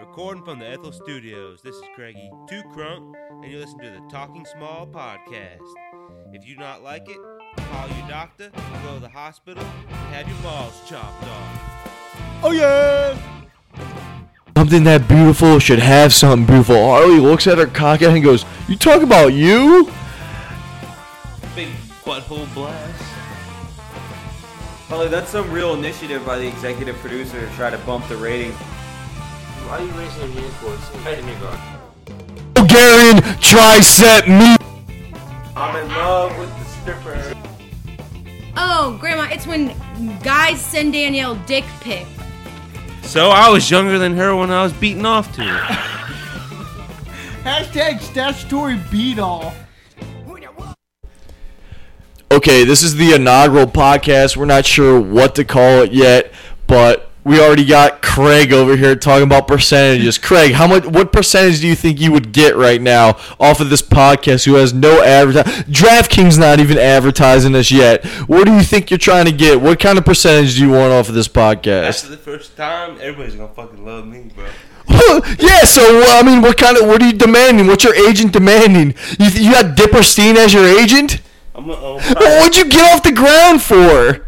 Recording from the Ethel Studios, this is Craigie Two Crunk, and you listen to the Talking Small podcast. If you do not like it, call your doctor, go to the hospital, and have your balls chopped off. Oh yeah! Something that beautiful should have something beautiful. Harley looks at her cock and goes, You talk about you? Big butthole blast. Holly, that's some real initiative by the executive producer to try to bump the rating. Why are you raising your hand for? It's hiding your guard. Bulgarian tricep me. I'm in love with the stripper. Oh, Grandma, it's when guys send Danielle dick pic. So I was younger than her when I was beaten off to it. Hashtag statutory beat all. Okay, this is the inaugural podcast. We're not sure what to call it yet, but we already got Craig over here talking about percentages. Craig, how much? What percentage do you think you would get right now off of this podcast? Who has no advertising? DraftKings not even advertising us yet. What do you think you're trying to get? What kind of percentage do you want off of this podcast? After the first time, everybody's gonna fucking love me, bro. yeah, so well, I mean, what kind of what are you demanding? What's your agent demanding? You, you got Dipperstein as your agent? I'm gonna own, Well, what'd you get off the ground for?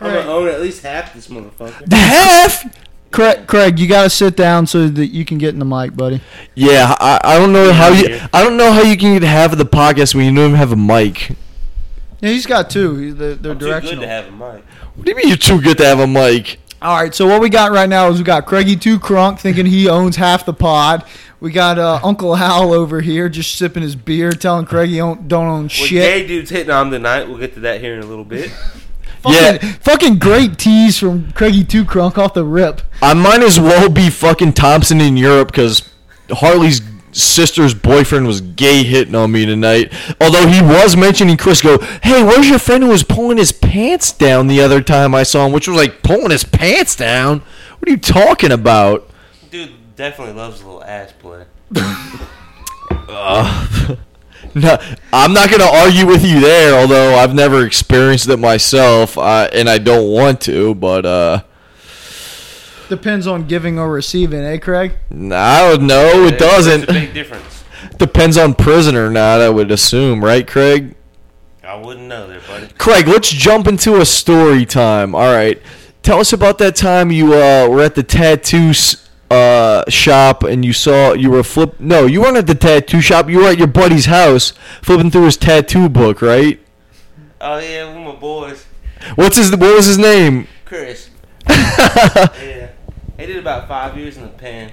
I'm gonna own at least half this motherfucker. The half? Craig, Craig, you gotta sit down so that you can get in the mic, buddy. Yeah, I, I don't know how you Yeah. I don't know how you can get half of the podcast when you don't even have a mic. Yeah, he's got two. He- They're, they're I'm too good directional. to have a mic. What do you mean you're too good to have a mic? All right, so what we got right now is we got Craigie Two Crunk thinking he owns half the pod. We got uh, Uncle Hal over here just sipping his beer, telling Craig he don't, don't own What shit. gay dudes hitting on tonight, we'll get to that here in a little bit. Fucking, Yeah. fucking great tease from Craigie Two Crunk off the rip. I might as well be fucking Thompson in Europe because Harley's sister's boyfriend was gay hitting on me tonight. Although he was mentioning Crisco, hey, where's your friend who was pulling his pants down the other time I saw him? Which was like, pulling his pants down? What are you talking about? Dude definitely loves a little ass play. No, I'm not going to argue with you there, although I've never experienced it myself, uh, and I don't want to, but uh, Depends on giving or receiving, eh, Craig? I don't know. It It's a doesn't. big difference. Depends on prison or not, I would assume, right, Craig? I wouldn't know there, buddy. Craig, let's jump into a story time. All right, tell us about that time you uh, were at the tattoo s- uh, shop and you saw you were flip. No, you weren't at the tattoo shop. You were at your buddy's house flipping through his tattoo book, right? Oh yeah, with my boys, What's his? What was his name? Chris. yeah, he did about five years in the pen.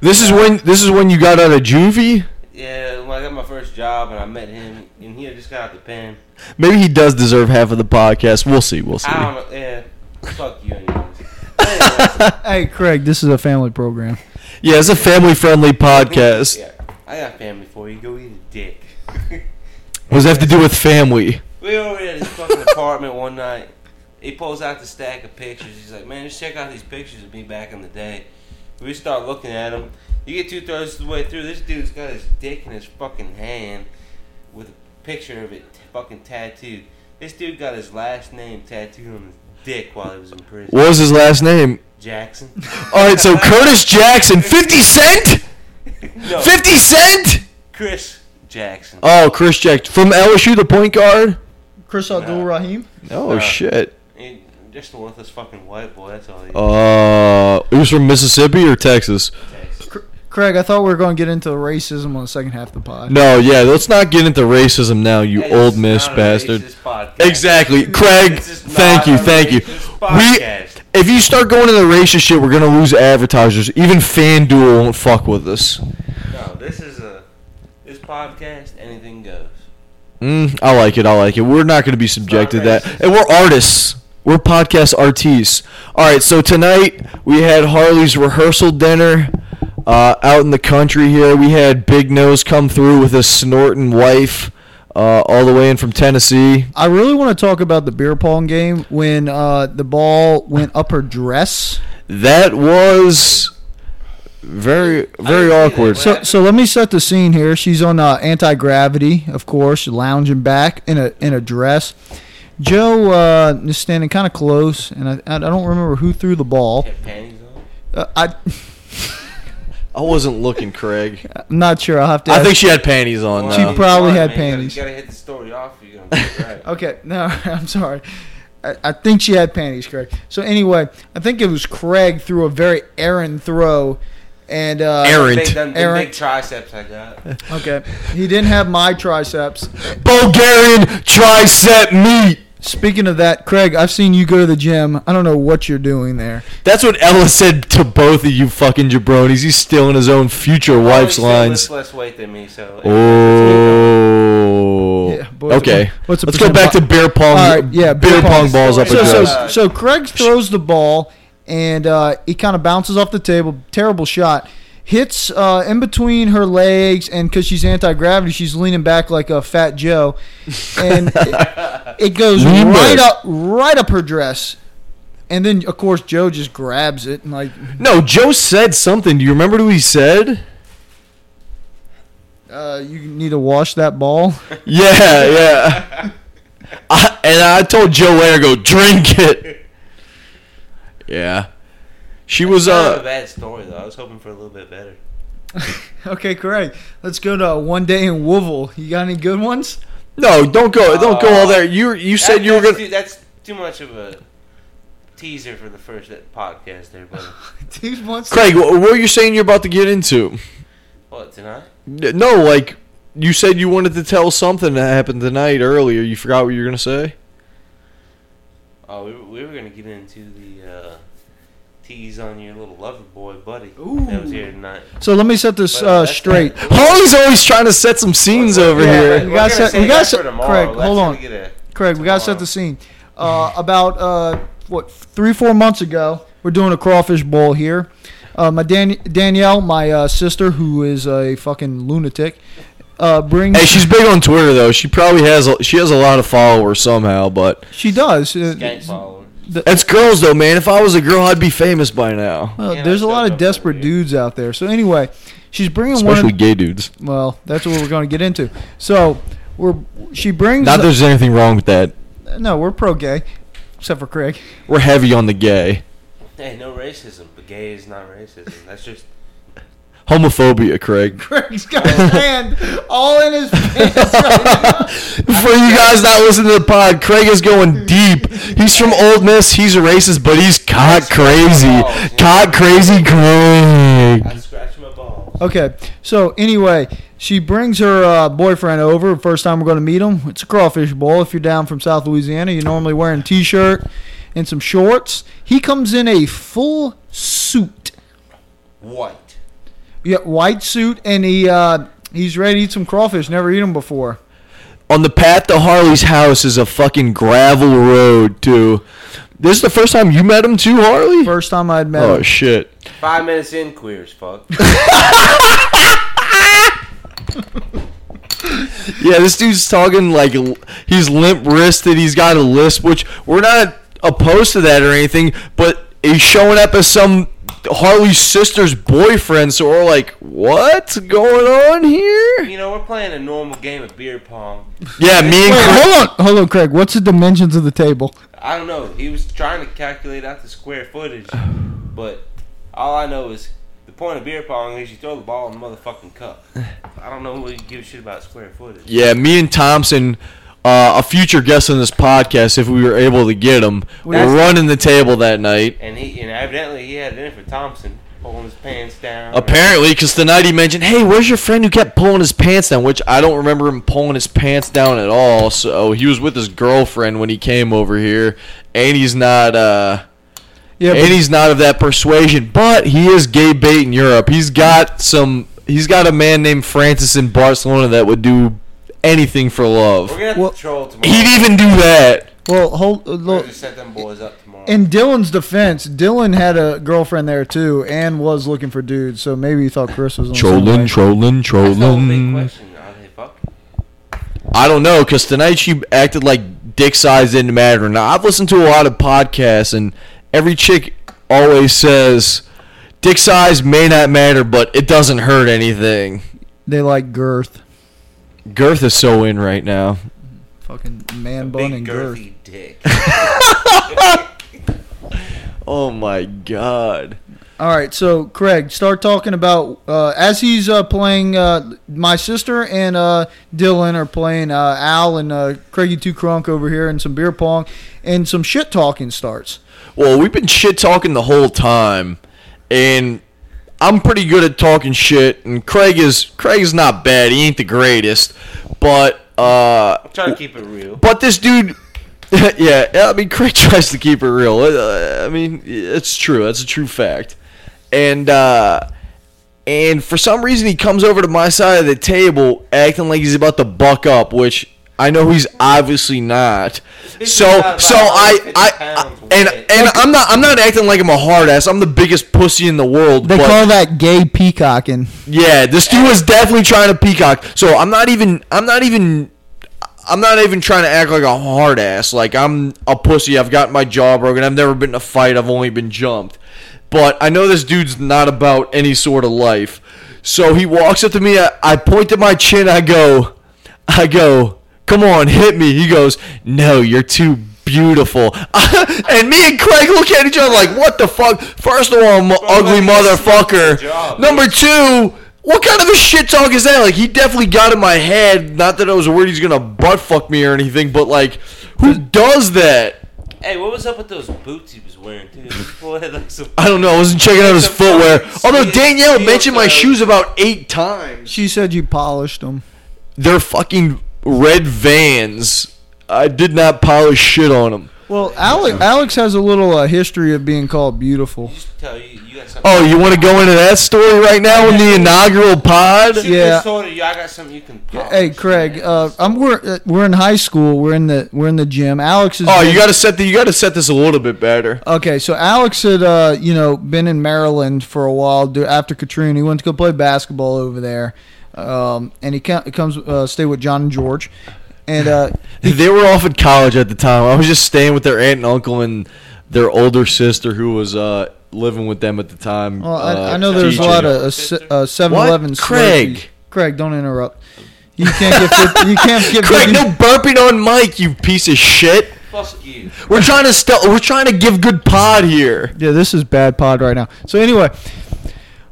This is when this is when you got out of juvie. Yeah, when I got my first job and I met him, and he had just got out the pen. Maybe he does deserve half of the podcast. We'll see. We'll see. I don't know. Yeah, fuck you, anyways. Anyways, Hey, Craig, this is a family program. Yeah, it's a family-friendly podcast. yeah, I got family for you. Go eat a dick. What does that have to do with family? we were over at his fucking apartment one night. He pulls out the stack of pictures. He's like, "Man, just check out these pictures of me back in the day." We start looking at them. You get two thirds of the way through. This dude's got his dick in his fucking hand with a picture of it fucking tattooed. This dude got his last name tattooed on his dick while he was in prison. What was his last name? Jackson. All right, so Curtis Jackson, Fifty Cent. No, Fifty Cent. Chris Jackson. Oh, Chris Jack from LSU, the point guard. Chris Abdul Rahim. Oh Uh, shit. He- just a worthless fucking white boy. That's all he Oh. is. Uh, he was from Mississippi or Texas? Jackson. Craig, I thought we were going to get into racism on the second half of the pod. No, yeah. Let's not get into racism now, you That old is miss not a bastard. racist podcast. Exactly, Craig. This is not Thank you, a thank you. racist podcast. We, if you start going into racist shit, we're gonna lose advertisers. Even FanDuel won't fuck with us. No, this is a this podcast. Anything goes. Mm, I like it. I like it. We're not going to be subjected to that. racist. And we're artists. We're podcast artists. All right. So tonight we had Harley's rehearsal dinner uh, out in the country here. We had Big Nose come through with his snorting wife uh, all the way in from Tennessee. I really want to talk about the beer pong game when uh, the ball went up her dress. That was very, very I didn't see awkward. that. So, So, so let me set the scene here. She's on uh, anti gravity, of course, lounging back in a in a dress. Joe uh, is standing kind of close, and I, I I don't remember who threw the ball. Had panties on. Uh, I, I wasn't looking, Craig. I'm not sure. I'll have to. I ask- think she had panties on. Well, She though. you probably gotta- had you gotta- panties. Oh, You gotta hit the story off. You're gonna be right. Okay, no, I'm sorry. I, I think she had panties, Craig. So anyway, I think it was Craig threw a very errant throw, and uh, Errant. Big, them, them Errant. big triceps I got. Okay, he didn't have my triceps. Bulgarian tricep meat. Speaking of that, Craig, I've seen you go to the gym. I don't know what you're doing there. That's what Ella said to both of you fucking jabronis. He's stealing his own future wife's Obviously, lines. Lift less weight than me, so. Oh. Yeah, boy, okay. what's the Let's go percent back to bo- beer pong. All right, yeah, beer, beer pong, pong. balls up But So, a just- so, dress. so Craig throws the ball, and uh, he kind of bounces off the table. Terrible shot. Hits uh, in between her legs, and because she's anti gravity, she's leaning back like a fat Joe, and it, it goes Lean right back. up, right up her dress. And then, of course, Joe just grabs it and like, No, Joe said something. Do you remember what he said? uh, "You need to wash that ball." Yeah, yeah. I, and I told Joe later, go drink it. Yeah. She was Kind of a uh bad story though. I was hoping for a little bit better. okay, Craig, let's go to uh, one day in Wooville. You got any good ones? no, don't go, don't go all there. You you said That- you were that's gonna. Too, that's too much of a teaser for the first that podcast there, but Dude wants to- Craig, wh- what are you saying you're about to get into? what tonight? N- No, like you said you wanted to tell something that happened tonight earlier. You forgot what you were gonna say. Oh, we were, we were gonna get into the uh, tease on your little lover boy buddy that was here tonight. So let me set this But, uh, that's- straight. Holly's always trying to set some scenes over Yeah, here. we We're gonna gotta set- we save gotta that set- for tomorrow. Craig, That's hold gonna on. get a- Craig, we gotta set tomorrow. the scene. Uh, about uh, what three, four months ago, we're doing a crawfish bowl here. Uh, my Dan- Danielle, my uh, sister, who is a fucking lunatic, uh, brings. Hey, she's big on Twitter though. She probably has a, she has a lot of followers somehow, but she does. Uh, Gang following. that's girls though, man. If I was a girl, I'd be famous by now. well, Yeah, uh, there's a that's lot dope, of desperate yeah. dudes out there. So anyway, she's bringing Especially one. gay dudes. well, that's what we're going to get into. So we're she brings. Not that there's anything wrong with that. no, we're pro gay, except for Craig. We're heavy on the gay. Hey, no racism, but gay is not racism. That's just Homophobia, Craig. Craig's got his hand all in his pants right now. For you guys not listening to the pod, Craig is going deep. He's from Old Miss. He's a racist, but he's cock crazy. Cock crazy I Craig. scratch my balls. Okay, so anyway, she brings her uh, boyfriend over. First time we're going to meet him. It's a crawfish bowl. If you're down from South Louisiana, you're normally wearing a t-shirt and some shorts. He comes in a full suit, White. yeah, white suit, and he uh, he's ready to eat some crawfish. Never eat them before. On the path to Harley's house is a fucking gravel road, too. This is the first time you met him, too, Harley? First time I'd met Oh, him. shit. Five minutes in, queer as fuck. Yeah, this dude's talking like l- he's limp wristed. He's got a lisp, which we're not opposed to that or anything, but he's showing up as some Harley's sister's boyfriend. So we're like, what's going on here? you know, we're playing a normal game of beer pong. Yeah, me and Wait, Craig. hold on, hold on, Craig. What's the dimensions of the table? I don't know. He was trying to calculate out the square footage, but all I know is the point of beer pong is you throw the ball in the motherfucking cup. I don't know what you give a shit about square footage. Yeah, me and Thompson, uh, a future guest on this podcast, if we were able to get him, were running the table that night. And he, and evidently he had it in for Thompson, pulling his pants down. Apparently, because tonight he mentioned, "Hey, where's your friend who kept pulling his pants down?" Which I don't remember him pulling his pants down at all. So he was with his girlfriend when he came over here, and he's not, uh, Yeah, and he's not of that persuasion. But he is gay bait in Europe. He's got some. He's got a man named Francis in Barcelona that would do anything for We're love. gonna have Well, to troll tomorrow. He'd even do that. well, hold. Uh, We're look, gonna set them boys up tomorrow. In Dylan's defense, Dylan had a girlfriend there too and was looking for dudes, so maybe he thought Chris was on Trolling, trolling, That's the whole big trolling. question. Are they fuck? I don't know because tonight she acted like dick size didn't matter. Now I've listened to a lot of podcasts, and every chick always says dick size may not matter, but it doesn't hurt anything. They like girth. Girth is so in right now. Fucking man bun Big and girth. girthy dick. Oh my god. All right, so Craig, start talking about uh, as he's uh, playing. Uh, my sister and uh, Dylan are playing uh, Al and uh, Craigie Two Crunk over here, and some beer pong, and some shit talking starts. Well, we've been shit talking the whole time, and I'm pretty good at talking shit. And Craig is Craig is not bad. He ain't the greatest, but uh, Try to keep it real. but this dude, yeah, I mean, Craig tries to keep it real. Uh, I mean, it's true. That's a true fact. And uh, and for some reason, he comes over to my side of the table, acting like he's about to buck up, which. I know he's obviously not. This So is not so about 150 I I, pounds I- and weight. and I'm not I'm not acting like I'm a hard ass. I'm the biggest pussy in the world. They but- call that gay peacocking. yeah, this dude was definitely trying to peacock. So I'm not even. I'm not even. I'm not even trying to act like a hard ass. Like I'm a pussy. I've got my jaw broken. I've never been in a fight. I've only been jumped. But I know this dude's not about any sort of life. So he walks up to me. I, I point to my chin. I go. I go. Come on, hit me. He goes. No, you're too beautiful. and me and Craig look at each other like, what the fuck? First of all, I'm an ugly like, this is motherfucker. your job. No, Number two, what kind of a shit talk is that? Like he definitely got in my head. Not that I was worried he's gonna butt fuck me or anything, but like, who does that? Hey, what was up with those boots he was wearing, dude? Boy, had like some I don't know. I wasn't checking out his Some footwear. fucking Although sweet Danielle heel mentioned my toe. shoes about eight times. She said you polished them. They're fucking red Vans. I did not polish shit on them. Well, Alex, Alex has a little uh, history of being called beautiful. Just tell you, you got something. Oh, you want to go into that story right now in the inaugural pod? Shoot yeah. this order, you I got something you can. Polish, Oh, Hey, Craig, man. uh, I'm we're uh, we're in high school. We're in the we're in the gym. Alex is. Oh, you gotta set the you gotta set this a little bit better. Okay, so Alex had uh, you know been in Maryland for a while do- after Katrina. He went to go play basketball over there, um, and he co- comes uh, stay with John and George, and uh, They were off at college at the time. I was just staying with their aunt and uncle and their older sister who was uh, living with them at the time. well, I, uh, I know there's a lot of Teacher. uh, Seven Eleven. Craig? Craig, don't interrupt. You can't get fif- you can't get Craig, 50 no burping on Mike, you piece of shit. fuck you. We're trying to stel- we're trying to give good pod here. Yeah, this is bad pod right now. So anyway,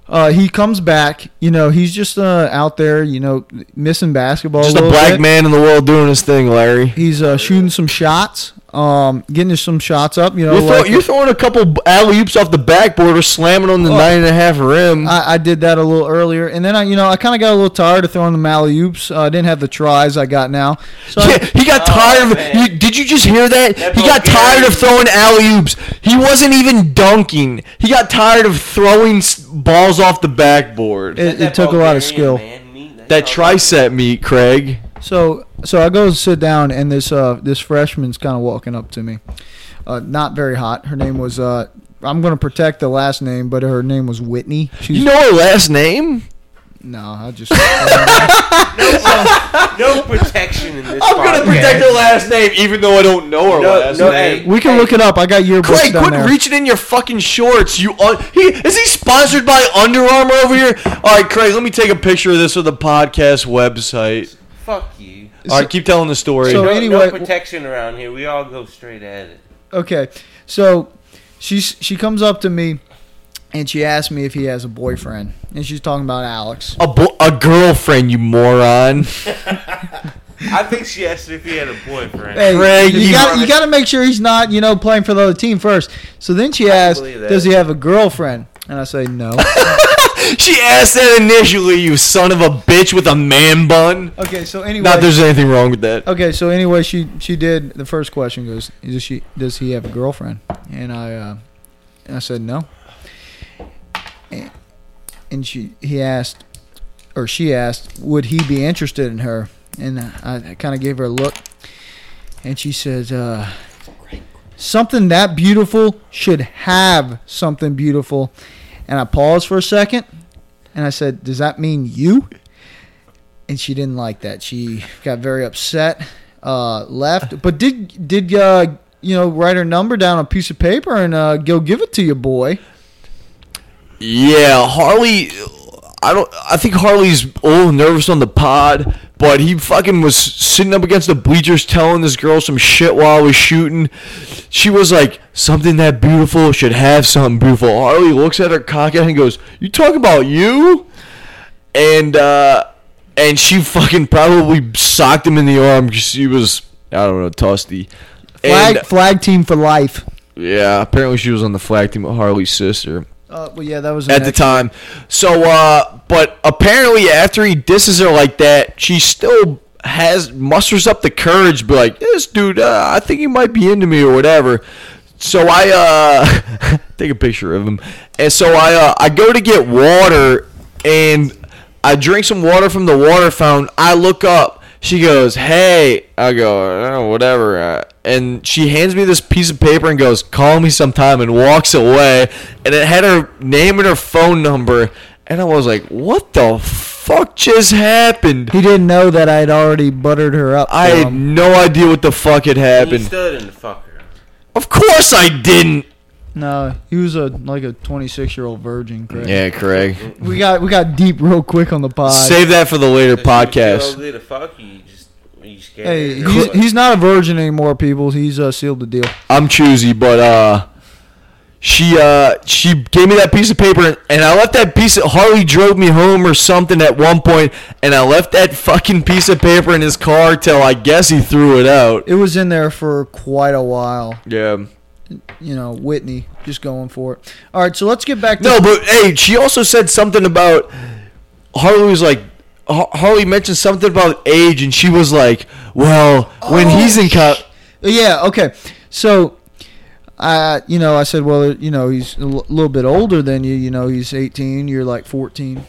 uh, he comes back. You know, he's just uh, out there. You know, missing basketball. Just a little black bit. man in the world doing his thing, Larry. He's uh, shooting some shots, um, getting some shots up. You know, You're, throw- like- you're throwing a couple alley oops off the backboard or slamming on the nine and a half rim. I, I did that a little earlier, and then I, you know, I kind of got a little tired of throwing the alley oops. Uh, I didn't have the tries I got now. So I- Yeah, he got Oh, tired of. man. You, did you just hear that? That he got Bulgarian- tired of throwing alley oops. He wasn't even dunking. He got tired of throwing s- balls off the backboard. it, it took a lot of skill. that tricep meat, Craig. So so I go sit down, and this uh this freshman's kind of walking up to me, uh, not very hot. Her name was uh I'm gonna protect the last name, but her name was Whitney. She's You know her last name? no, I just No protection in this. her last name, even though I don't know her No, no, hey, we can hey, look it up. I got yearbooks Craig, down quit there. reaching in your fucking shorts. You un- he is he sponsored by Under Armour over here? All right, Craig, let me take a picture of this for the podcast website. Fuck you. All right, keep telling the story. So no, no anyway- protection around here. We all go straight at it. okay, so she's she comes up to me, and she asks me if he has a boyfriend, and she's talking about Alex. a, bo- a girlfriend, you moron. I think she asked if he had a boyfriend. Hey, Craig, you you got are- you got to make sure he's not you know playing for the other team first. So then she asks, believe that. "Does he have a girlfriend?" And I say, "No." She asked that initially, you son of a bitch with a man bun. okay, so anyway, Not there's anything wrong with that. Okay, so anyway, she she did the first question goes, does she does he have a girlfriend? And I uh, and I said no. And, and she he asked, or she asked, would he be interested in her? And I, I kind of gave her a look, and she says, uh, something that beautiful should have something beautiful. And I paused for a second, and I said, does that mean you? and she didn't like that. She got very upset, uh, left, but did did uh, you know write her number down on a piece of paper and uh, go give it to your boy? Yeah, Harley. I don't. I think Harley's a little nervous on the pod, but he fucking was sitting up against the bleachers telling this girl some shit while I was shooting. She was like, "Something that beautiful should have something beautiful." Harley looks at her cockhead and goes, "You talk about you?" And uh, and she fucking probably socked him in the arm because she was I don't know toasty. Flag And flag team for life. yeah, apparently she was on the flag team with Harley's sister Uh, well, yeah, that was an at the act- time. So, uh, but apparently after he disses her like that, she still has musters up the courage, to be like, this dude, uh, I think he might be into me or whatever. So I uh, take a picture of him, and so I uh, I go to get water, and I drink some water from the water fountain. I look up. She goes, "Hey," I go, oh, "Whatever," uh," and she hands me this piece of paper and goes, "Call me sometime," and walks away. And it had her name and her phone number, and I was like, "What the fuck just happened?" He didn't know that I had already buttered her up. I for had him. no idea what the fuck had He happened. still didn't fuck her. of course, I didn't. no. He was a like a 26 year old virgin. Correct? Yeah, Craig. We got we got deep real quick on the pod. Save that for the later If she was too podcast. ugly to fuck you, you just you scared. hey, her. he's, he's not a virgin anymore, people. He's uh, sealed the deal. I'm choosy, but uh, she uh, she gave me that piece of paper, and I left that piece. Of, Harley drove me home or something at one point, and I left that fucking piece of paper in his car till I guess he threw it out. It was in there for quite a while. Yeah. You know, Whitney just going for it. All right, so let's get back to No, but hey, she also said something about Harley was like. Har- Harley mentioned something about age, and she was like, "Well, when Oh, he's in co- Yeah. Okay. So, I you know I said well you know he's a l- little bit older than you you know he's eighteen you're like fourteen.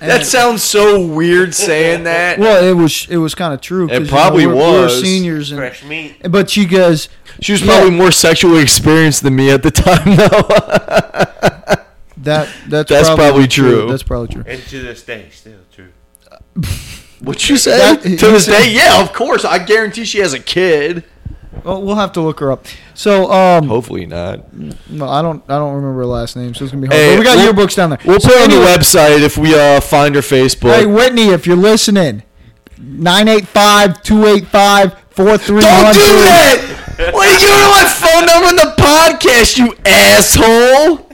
That sounds so weird saying that. Well, it was it was kind of true. 'cause, It you know, probably we're- we're was. seniors and. fresh meat. But she goes, She was probably more sexually experienced than me at the time, though. that that's, That's probably true. That's probably true. And to this day, still true. what you say? That- to he this said- day, yeah, of course. I guarantee she has a kid. Well, Oh, we'll have to look her up. So, um, Hopefully not. no, I don't, I don't remember her last name, so it's gonna be hard. Hey, but we got we'll- yearbooks down there. We'll So put it on the anyway- website if we uh, find her Facebook. Hey, Whitney, if you're listening, 985 285 Don't 4312. do that! Why are you giving my phone number in the podcast, you asshole?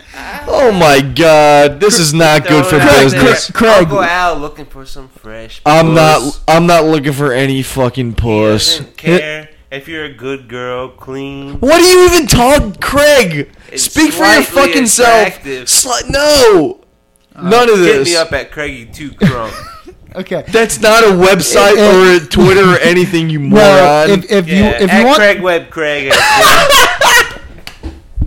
Oh my god, this is not good for Craig, business. Craig. Uncle Al looking for some fresh. puss. I'm not. I'm not looking for any fucking He puss. doesn't care if you're a good girl, clean. What do you even talk, Craig? It's Speak for your slightly fucking attractive. Uh, self. Sli- no, none of Hit this. me up at Craigie Two Crump. Okay. That's not a website Eh, or a Twitter or anything, you moron. Well, if, if yeah, you if at you want, Craig Web Craig.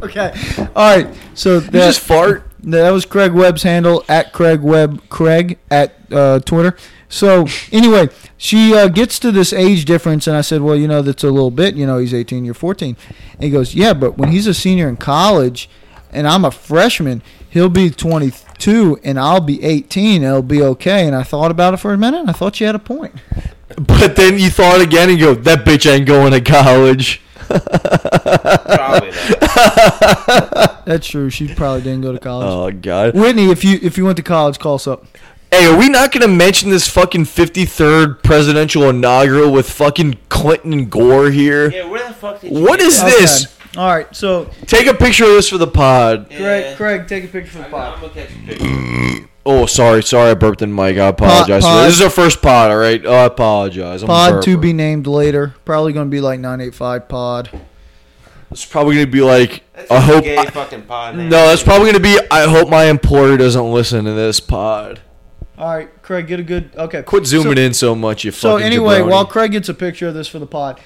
okay, all right. So that, you just fart. that was Craig Webb's handle at Craig Webb Craig at uh, Twitter. So anyway, she uh, gets to this age difference, and I said, well, you know, that's a little bit. You know, he's 18, you're 14. And he goes, yeah, but when he's a senior in college, and I'm a freshman, he'll be 22, and I'll be 18. It'll be okay. And I thought about it for a minute. And I thought she had a point. But then you thought again and go, that bitch ain't going to college. Probably not. That's true. She probably didn't go to college. Oh god. Whitney, if you if you went to college, call us up. Hey, are we not gonna mention this fucking 53rd presidential inaugural with fucking Clinton and Gore here? Yeah, where the fuck did you What get is that? this? Okay. All right, so Take a picture of this for the pod. Yeah. Craig, Craig, take a picture for the I'm, pod. I'm gonna catch a picture. Oh, sorry, sorry, I burped in the mic. I apologize. for that. pod. This is our first pod, all right? Oh, I apologize. I'm a Pod to burper. be named later. Probably going to be like nine eight five pod. It's probably gonna be like. That's I just a hope. gay I- fucking pod. name. no, that's probably gonna be. I hope my employer doesn't listen to this pod. All right, Craig, get a good okay. Quit zooming so, in so much, you So fucking. anyway, jabroni. while Craig gets a picture of this for the pod,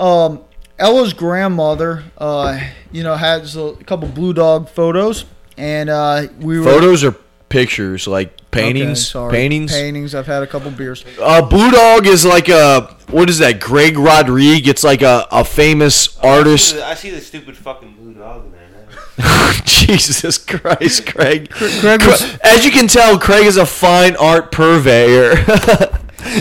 um, Ella's grandmother, uh, you know, has a couple blue dog photos, and uh, we were photos are pictures, like Okay, paintings, sorry. paintings. paintings. I've had a couple beers. Uh, Blue Dog is like a what is that? Greg Rodrigue. It's like a, a famous artist. I see the stupid fucking blue dog in there. now. Jesus Christ, Craig. Craig was- Cra- As you can tell, Craig is a fine art purveyor.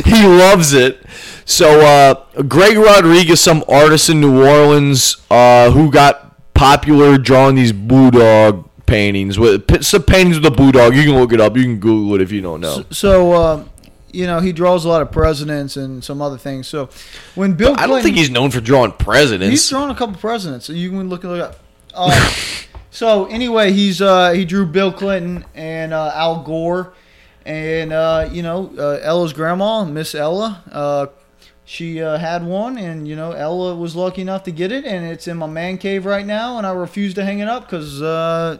he loves it. So, uh, Greg Rodriguez, some artist in New Orleans uh, who got popular drawing these blue dog paintings with p- some paintings with a blue dog. You can look it up. You can Google it if you don't know. S- So, uh, you know, he draws a lot of presidents and some other things. So, when Bill I Clinton, don't think he's known for drawing presidents. he's drawn a couple presidents. So you can look look it up. Uh, so anyway, he's uh, he drew Bill Clinton and uh, Al Gore, and uh, you know uh, Ella's grandma, Miss Ella. Uh, she uh, had one, and you know Ella was lucky enough to get it, and it's in my man cave right now, and I refuse to hang it up because uh,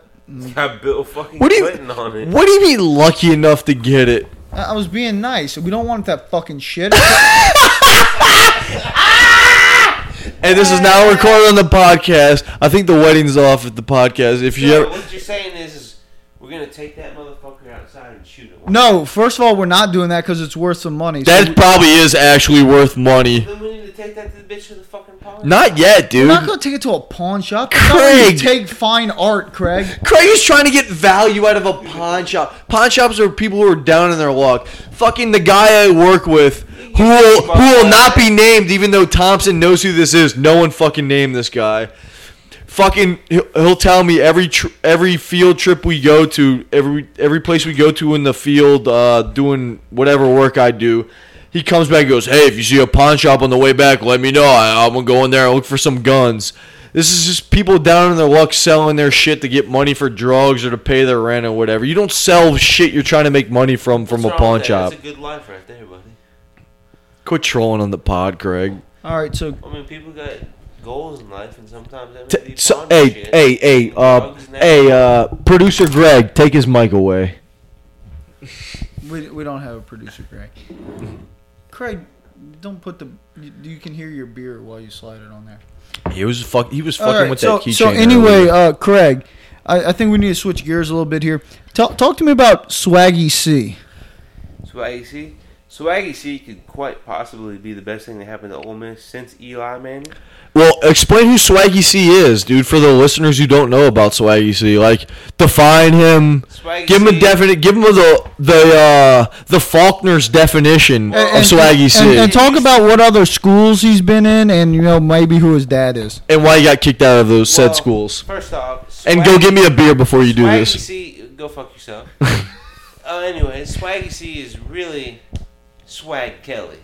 Got Bill fucking What do you- Clinton on it. what do you mean lucky enough to get it? I I was being nice. We don't want that fucking shit. And this is now recorded on the podcast. I think the wedding's off at the podcast. If you No, ever, what you're saying is, is we're gonna take that motherfucker outside and shoot him. No, first of all, we're not doing that because it's worth some money. So that probably is actually worth money. Then we need to take that to the bitch to the fucking pond. Not yet, dude. we're not gonna take it to a pawn shop. That's not where Craig! you take fine art, Craig. Craig is trying to get value out of a pawn shop. Pawn shops are people who are down in their luck. Fucking the guy I work with, who will, who will not be named, even though Thompson knows who this is. No one fucking named this guy. Fucking, he'll, he'll tell me every tr- every field trip we go to, every every place we go to in the field, uh, doing whatever work I do. He comes back and goes, "Hey, if you see a pawn shop on the way back, let me know. I, I'm gonna go in there and look for some guns." This is just people down in their luck selling their shit to get money for drugs or to pay their rent or whatever. You don't sell shit you're trying to make money from from What's wrong a with pawn that? shop. That's a good life right there, buddy. Quit trolling on the pod, Craig. All right, so I mean, people got goals in life, and sometimes that may T- be so, pawn hey, shit. hey, hey, uh, Drugs and hey, uh, producer Greg, take his mic away. we, we don't have a producer, Craig. Craig, don't put the. You, you can hear your beer while you slide it on there. He was fuck. He was fucking All right, with so, that keychain. so anyway, uh, Craig, I, I think we need to switch gears a little bit here. Talk, talk to me about Swaggy C. Swaggy C. Swaggy C could quite possibly be the best thing that happened to Ole Miss since Eli Manning. Well, explain who Swaggy C is, dude, for the listeners who don't know about Swaggy C. Like, define him. Swaggy give him a C. definite. Give him the the uh, the Faulkner's definition And- of and- Swaggy C. and, and talk about what other schools he's been in, and you know maybe who his dad is. and why he got kicked out of those Well, said schools. First off, And go Swaggy- get me a beer before you do Swaggy this. C, go fuck yourself. uh, anyway, Swaggy C is really Swag Kelly.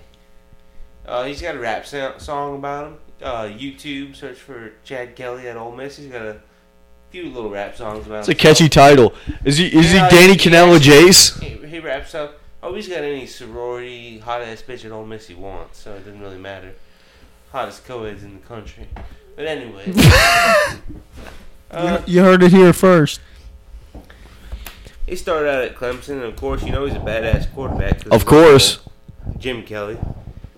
Uh, he's got a rap so- song about him. Uh, YouTube, search for Chad Kelly at Ole Miss. He's got a few little rap songs about It's a himself. catchy title. Is he is he Yeah, Danny he- Canella Jace? He, he raps up. Oh, he's got any sorority hot ass bitch at Ole Miss he wants, so it doesn't really matter. Hottest co-eds in the country. But anyway, uh, You heard it here first. he started out at Clemson, and of course, you know he's a badass quarterback. 'cause uh, Of course. Jim Kelly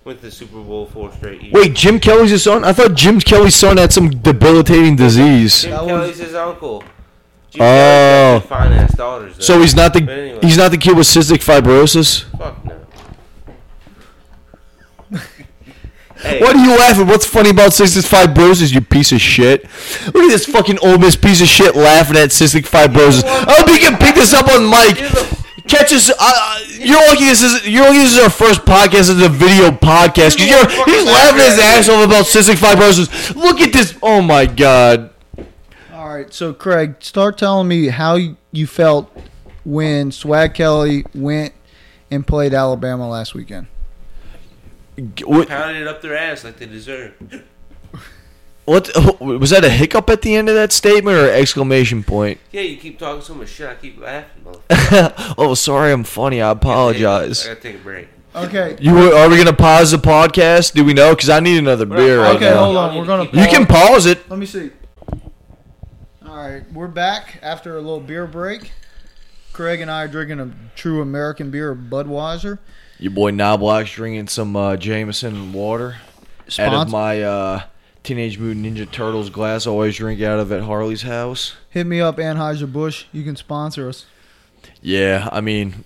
went to the Super Bowl four straight years. Wait, Jim Kelly's his son? I thought Jim Kelly's son had some debilitating disease. Jim That was- Kelly's his uncle. Jim Oh. fine ass daughters. Though. So he's not the But anyway. he's not the kid with cystic fibrosis. fuck no. hey, What are you laughing? What's funny about cystic fibrosis, you piece of shit? Look at this fucking Ole Miss piece of shit laughing at cystic fibrosis. I hope you can pick this up on mic. Catch us. Uh, uh, you're lucky this is you're lucky this is our first podcast. This is a video podcast. 'cause you're, he's laughing his ass off about cystic fibrosis. Look at this. Oh my god. All right, so Craig, start telling me how y- you felt when Swag Kelly went and played Alabama last weekend. G- What, Pounded it up their ass like they deserve. what was that? A hiccup at the end of that statement or exclamation point? Yeah, you keep talking so much shit, I keep laughing. Motherfucker. oh, sorry. I'm funny. I apologize. I gotta take a break. Okay. You were, are we gonna pause the podcast? Do we know? Because I need another beer right Okay, now. hold on. We're gonna- You can pause it. Let me see. All right, we're back after a little beer break. Craig and I are drinking a true American beer, Budweiser. Your boy Knobloch's drinking some uh, Jameson and water out of Spons- my uh, Teenage Mutant Ninja Turtles glass. I always drink out of at Harley's house. Hit me up, Anheuser Busch. You can sponsor us. Yeah, I mean,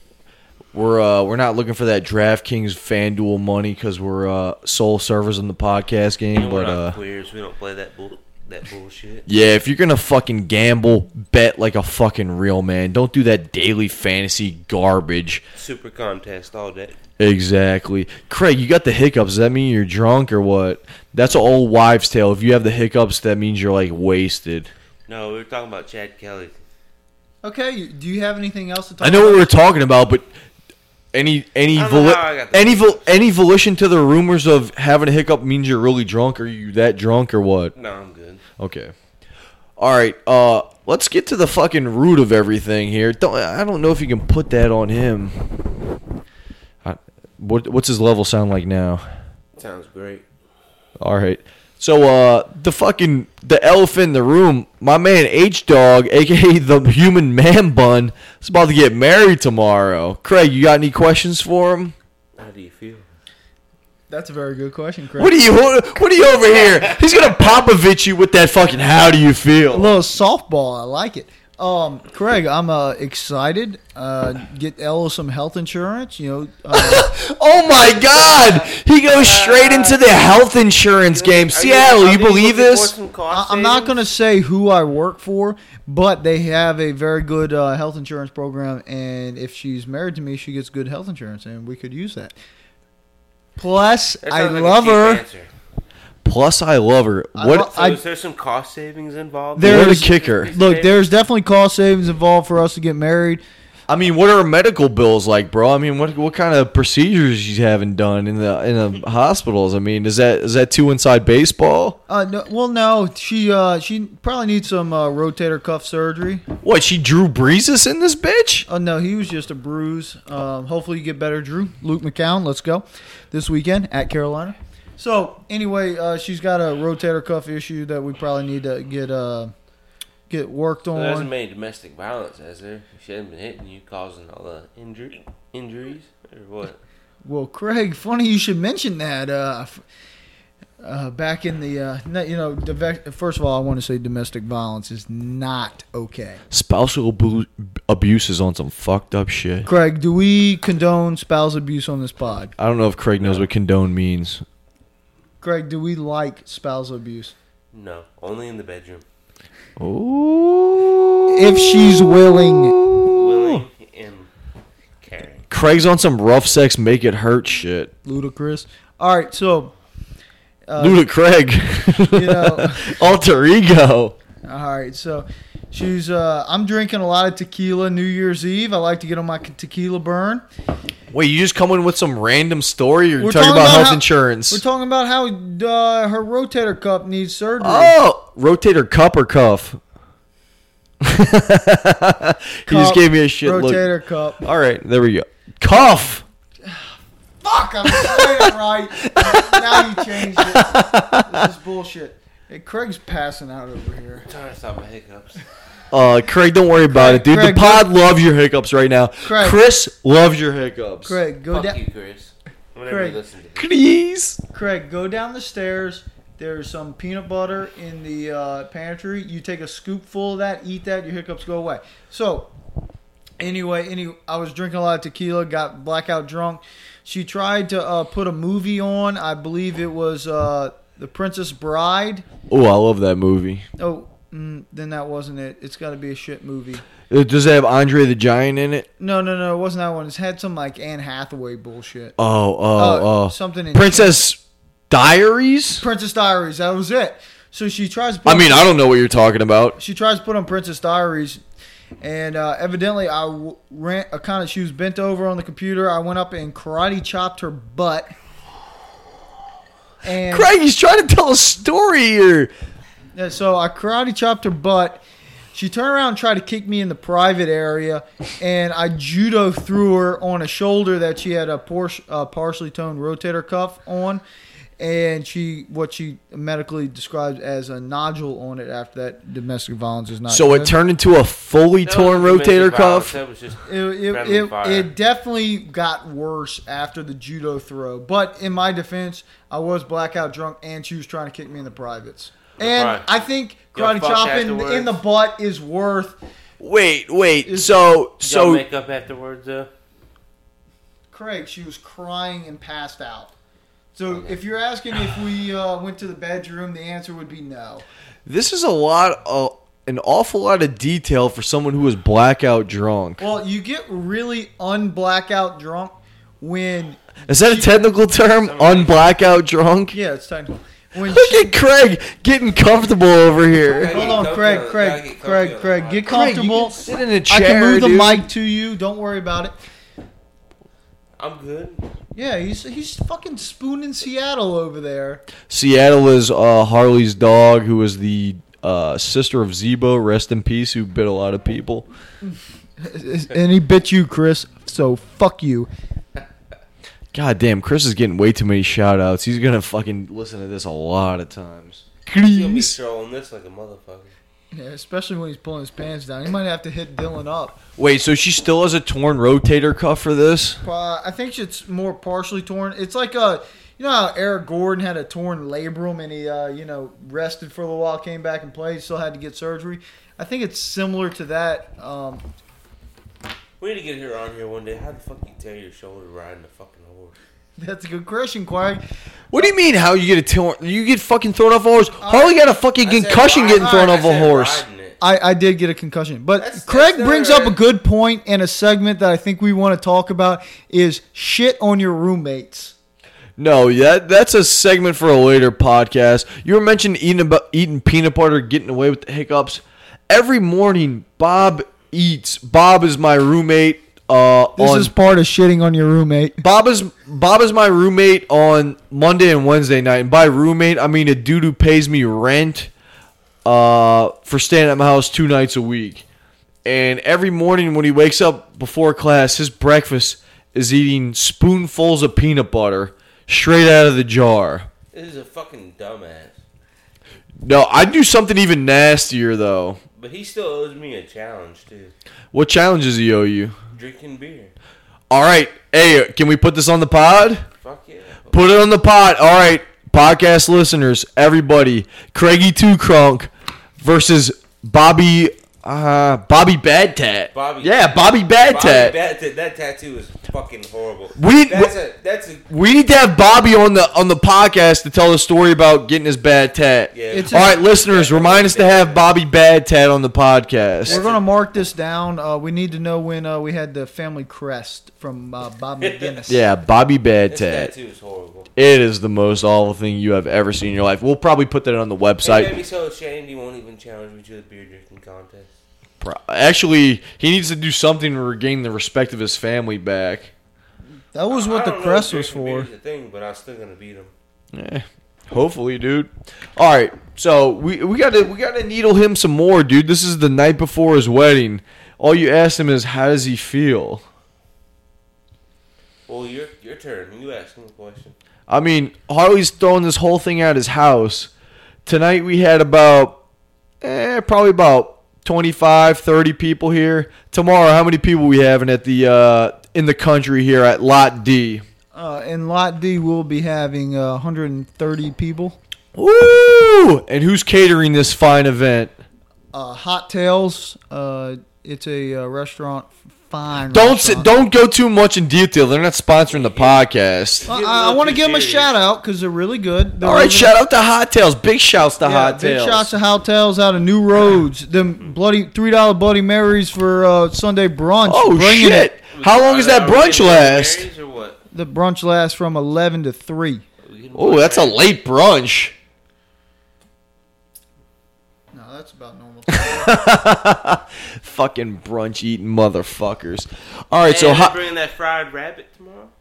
we're uh, we're not looking for that DraftKings FanDuel money because we're uh, sole servers in the podcast game. we're But not uh, queers. We don't play that bull- that bullshit. yeah, if you're gonna fucking gamble, bet like a fucking real man. Don't do that daily fantasy garbage. Super contest all day. Exactly. Craig, you got the hiccups. Does that mean you're drunk or what? That's an old wives' tale. If you have the hiccups, that means you're like wasted. No, we were talking about Chad Kelly. Okay, you- do you have anything else to talk I know what about? we were talking about, but any any I don't know voli- how I got that. any vol- any volition to the rumors of having a hiccup means you're really drunk. Are you that drunk or what? No, I'm good. Okay. All right. Uh, let's get to the fucking root of everything here. Don't I don't know if you can put that on him. I, what, what's his level sound like now? Sounds great. All right. So uh, the fucking the elephant in the room, my man H Dog, aka the Human Man Bun, is about to get married tomorrow. Craig, you got any questions for him? How do you feel? That's a very good question, Craig. What are you What are you over here? He's gonna Popovich you with that fucking. How do you a feel? little softball. I like it. Um, Craig, I'm uh, excited. Uh, get Ella some health insurance. You know, uh, Oh my God! He goes straight into the health insurance game. Seattle, you believe this? I, I'm not going to say who I work for, but they have a very good uh, health insurance program. And if she's married to me, she gets good health insurance, and we could use that. Plus, I love her. Plus, I love her. I lo- What? So I- is there some cost savings involved? There- What a There's- kicker! Look, there's definitely cost savings involved for us to get married. I mean, what are medical bills like, bro? I mean, what what kind of procedures she's having done in the in the hospitals? I mean, is that is that too inside baseball? Uh, no, well, no, she uh, she probably needs some uh, rotator cuff surgery. What she drew breezes in this bitch? Oh no, he was just a bruise. Um, hopefully you get better, Drew. Luke McCown, let's go this weekend at Carolina. So anyway, uh, she's got a rotator cuff issue that we probably need to get uh, get worked There hasn't on. been any domestic violence, has there? She hasn't been hitting you, causing all the injury injuries or what? Well, Craig, funny you should mention that. Uh, f- uh, back in the uh, no- you know, the ve- first of all, I want to say domestic violence is not okay. Spousal abu- abuse is on some fucked up shit. Craig, do we condone spouse abuse on this pod? I don't know if Craig knows what condone means. Craig, do we like spousal abuse? No, only in the bedroom. Ooh. If she's willing Willing and caring. Craig's on some rough sex, make it hurt shit. ludicrous. All right, so uh, Luda Craig, you know, alter ego. all right, so she's. Uh, I'm drinking a lot of tequila New Year's Eve. I like to get on my tequila burn. Wait, you just come in with some random story? You're We're talking, talking about, about health how- insurance? We're talking about how uh, her rotator cuff needs surgery. Oh, rotator cup or cuff? he just Cup, gave me a shit rotator cuff. look. All right, there we go. Cuff. Fuck, I'm saying it right. now you changed it. This is bullshit. Hey, Craig's passing out over here. I'm trying to stop my hiccups. Uh, Craig, don't worry about it, dude. Craig, the pod loves your hiccups right now. Craig. Chris loves your hiccups. Craig, go Fuck down. you, Chris. Whenever Craig. you listen to this. Please. Craig, go down the stairs. There's some peanut butter in the uh, pantry. You take a scoopful of that, eat that, your hiccups go away. So, anyway, any I was drinking a lot of tequila, got blackout drunk. She tried to uh, put a movie on. I believe it was uh, The Princess Bride. Oh, I love that movie. Oh, mm, then that wasn't it. It's got to be a shit movie. Uh, Does it have Andre the Giant in it? No, no, no, it wasn't that one. It's had some like Anne Hathaway bullshit. Oh, oh, oh. Uh, something in Princess Diaries? Princess Diaries. That was it. So she tries. To put I mean, I don't know what you're talking about. she tries to put on Princess Diaries, and uh, evidently I w- ran. Uh, kind of, she was bent over on the computer. I went up and karate chopped her butt. And Craig, he's trying to tell a story here. yeah, so I karate chopped her butt. She turned around and tried to kick me in the private area, and I judo threw her on a shoulder that she had a Porsche, uh, partially toned rotator cuff on, and she what she medically described as a nodule on it. After that, domestic violence is not. So it good. turned into a fully torn That wasn't rotator domestic violence, cuff. That was just it, it, friendly it, fire. it definitely got worse after the judo throw. But in my defense, I was blackout drunk and she was trying to kick me in the privates. And Right. I think Got karate fucked chopping afterwards. in the butt is worth. Wait, wait. Is- So, Did y'all so make up afterwards though. Craig, she was crying and passed out. So if you're asking if we uh, went to the bedroom, the answer would be no. this is a lot of an awful lot of detail for someone who was blackout drunk. Well, you get really unblackout drunk when Is that a technical term? Unblackout drunk? Yeah, it's technical. when Look she, at Craig getting comfortable over here. hold on, Craig, Craig, Craig, Craig, get comfortable. Sit in a I chair. can move the dude. mic to you. Don't worry about it. I'm good. Yeah, he's he's fucking spooning Seattle over there. Seattle is uh, Harley's dog, who was the uh, sister of Zebo. Rest in peace. Who bit a lot of people. and he bit you, Chris. So fuck you. God damn, Chris is getting way too many shout outs. He's gonna fucking listen to this a lot of times. He's gonna be Please. trolling this like a motherfucker. Yeah, especially when he's pulling his pants down. He might have to hit Dylan up. Wait, so she still has a torn rotator cuff for this? Uh, I think it's more partially torn. It's like a, you know how Eric Gordon had a torn labrum and he, uh, you know, rested for a little while, came back and played, still had to get surgery. I think it's similar to that. Um, We need to get her on here one day. How the fuck you tear your shoulder riding a fucking horse? that's a good question, Quag. What do you mean? How you get a torn? You get fucking thrown off a horse? Harley got a fucking Uh, I said concussion ride- getting thrown I off a said horse. riding it. I, I did get a concussion, but That's- Craig that's brings not up a right. good point and a segment that I think we want to talk about is shit on your roommates. No, that that's a segment for a later podcast. You were mentioning eating about eating peanut butter, getting away with the hiccups. Every morning, Bob eats. Bob is my roommate. Uh, This on is part of shitting on your roommate. Bob is Bob is my roommate on Monday and Wednesday night, and by roommate I mean a dude who pays me rent uh, for staying at my house two nights a week. And every morning when he wakes up before class, his breakfast is eating spoonfuls of peanut butter straight out of the jar. This is a fucking dumbass. No, I do something even nastier though. But he still owes me a challenge too. What challenges he owe you? Drinking beer. All right, hey, uh, can we put this on the pod? Fuck yeah. Put it on the pot. All right, podcast listeners, everybody, Craigie Two Crunk versus Bobby uh, Bobby Bad Tat. Bobby- yeah, Bobby Bad Bobby, Tat. That, that, that tattoo is fucking horrible. We- that's a that's a we need to have Bobby on the on the podcast to tell the story about getting his bad tat. Yeah. It's All a- right, listeners, remind us to have Bobby Bad Tat on the We're podcast. gonna mark this down. Uh, we need to know when uh, we had the family crest from uh, Bob McGinnis. Yeah, Bobby Bad this Tat. tattoo is horrible. It is the most awful thing you have ever seen in your life. We'll probably put that on the He website. made me so ashamed he won't even challenge me to the beer drinking contest. Pro- Actually, he needs to do something to regain the respect of his family back. that was I what the don't know if crest was drinking for. beer is a thing, but I'm still gonna beat him. Eh, hopefully, dude. All right, so we we gotta we gotta needle him some more, dude. This is the night before his wedding. All you asked him is how does he feel. Well, your your turn. You ask him a question. I mean, Harley's throwing this whole thing at his house. Tonight we had about, eh, probably about 25, 30 people here. Tomorrow, how many people we having at the uh, in the country here at Lot D? Uh, in Lot D, we'll be having uh, 130 people. Woo! And who's catering this fine event? Uh, Hot Tails. Uh, it's a uh, restaurant. Fine. Don't sit, restaurant. don't go too much in detail. They're not sponsoring the podcast. Uh, Get a I, little want to too give them a serious. shout out because they're really good. They're All right, really- shout out to Hot Tails. Big shouts to yeah, Hot Tails. Big shots to Hot Tails out of New Roads. Them bloody three dollar Bloody Marys for uh, Sunday brunch. oh Bringing shit! it. How long does that Are we brunch getting last? Marys Or what? The brunch lasts from 11 to three. Are we getting Oh, that's a Marys? late brunch. No, that's about normal. Fucking brunch eating motherfuckers. All right, Hey, so are they hot. bringing that fried rabbit tomorrow.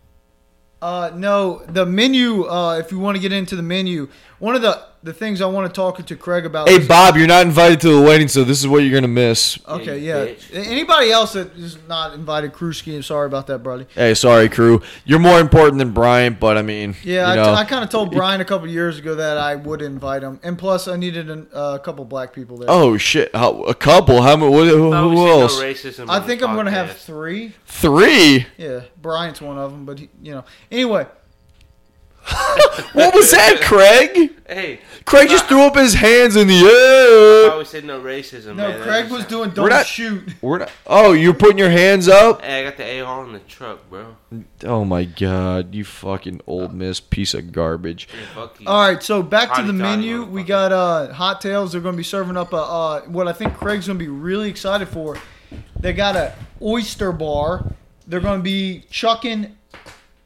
Uh, no, the menu. Uh, if you want to get into the menu, one of the the things I want to talk to Craig about. Hey is- Bob, you're not invited to the wedding, so this is what you're gonna miss. okay, Yeah, yeah. you bitch. Anybody else that is not invited, Kruski, I'm sorry about that, buddy. Hey, sorry, crew. You're more important than Brian, but I mean, Yeah, you I, know, I kind of told Brian a couple years ago that I would invite him, and plus I needed an, uh, a couple black people there. Oh shit! How, a couple? How many? Who, who, Obviously, who no else? racism I on the think I'm gonna have podcast. three. Three. Yeah, Brian's one of them, but he, you know. Anyway, What was that, Craig? Hey, Craig just threw up his hands in I the air. always said no racism. no, man. That Craig just- was doing don't not- shoot. We're not, oh, you're putting your hands up? Hey, I got the AR in the truck, bro. Oh my god, you fucking old miss piece of garbage. Hey, Fuck you. All right, so back to Hotty toddy the menu. We motherfucker. got uh, hot tails. They're going to be serving up a uh, what I think Craig's going to be really excited for. They got a oyster bar. They're going to be chucking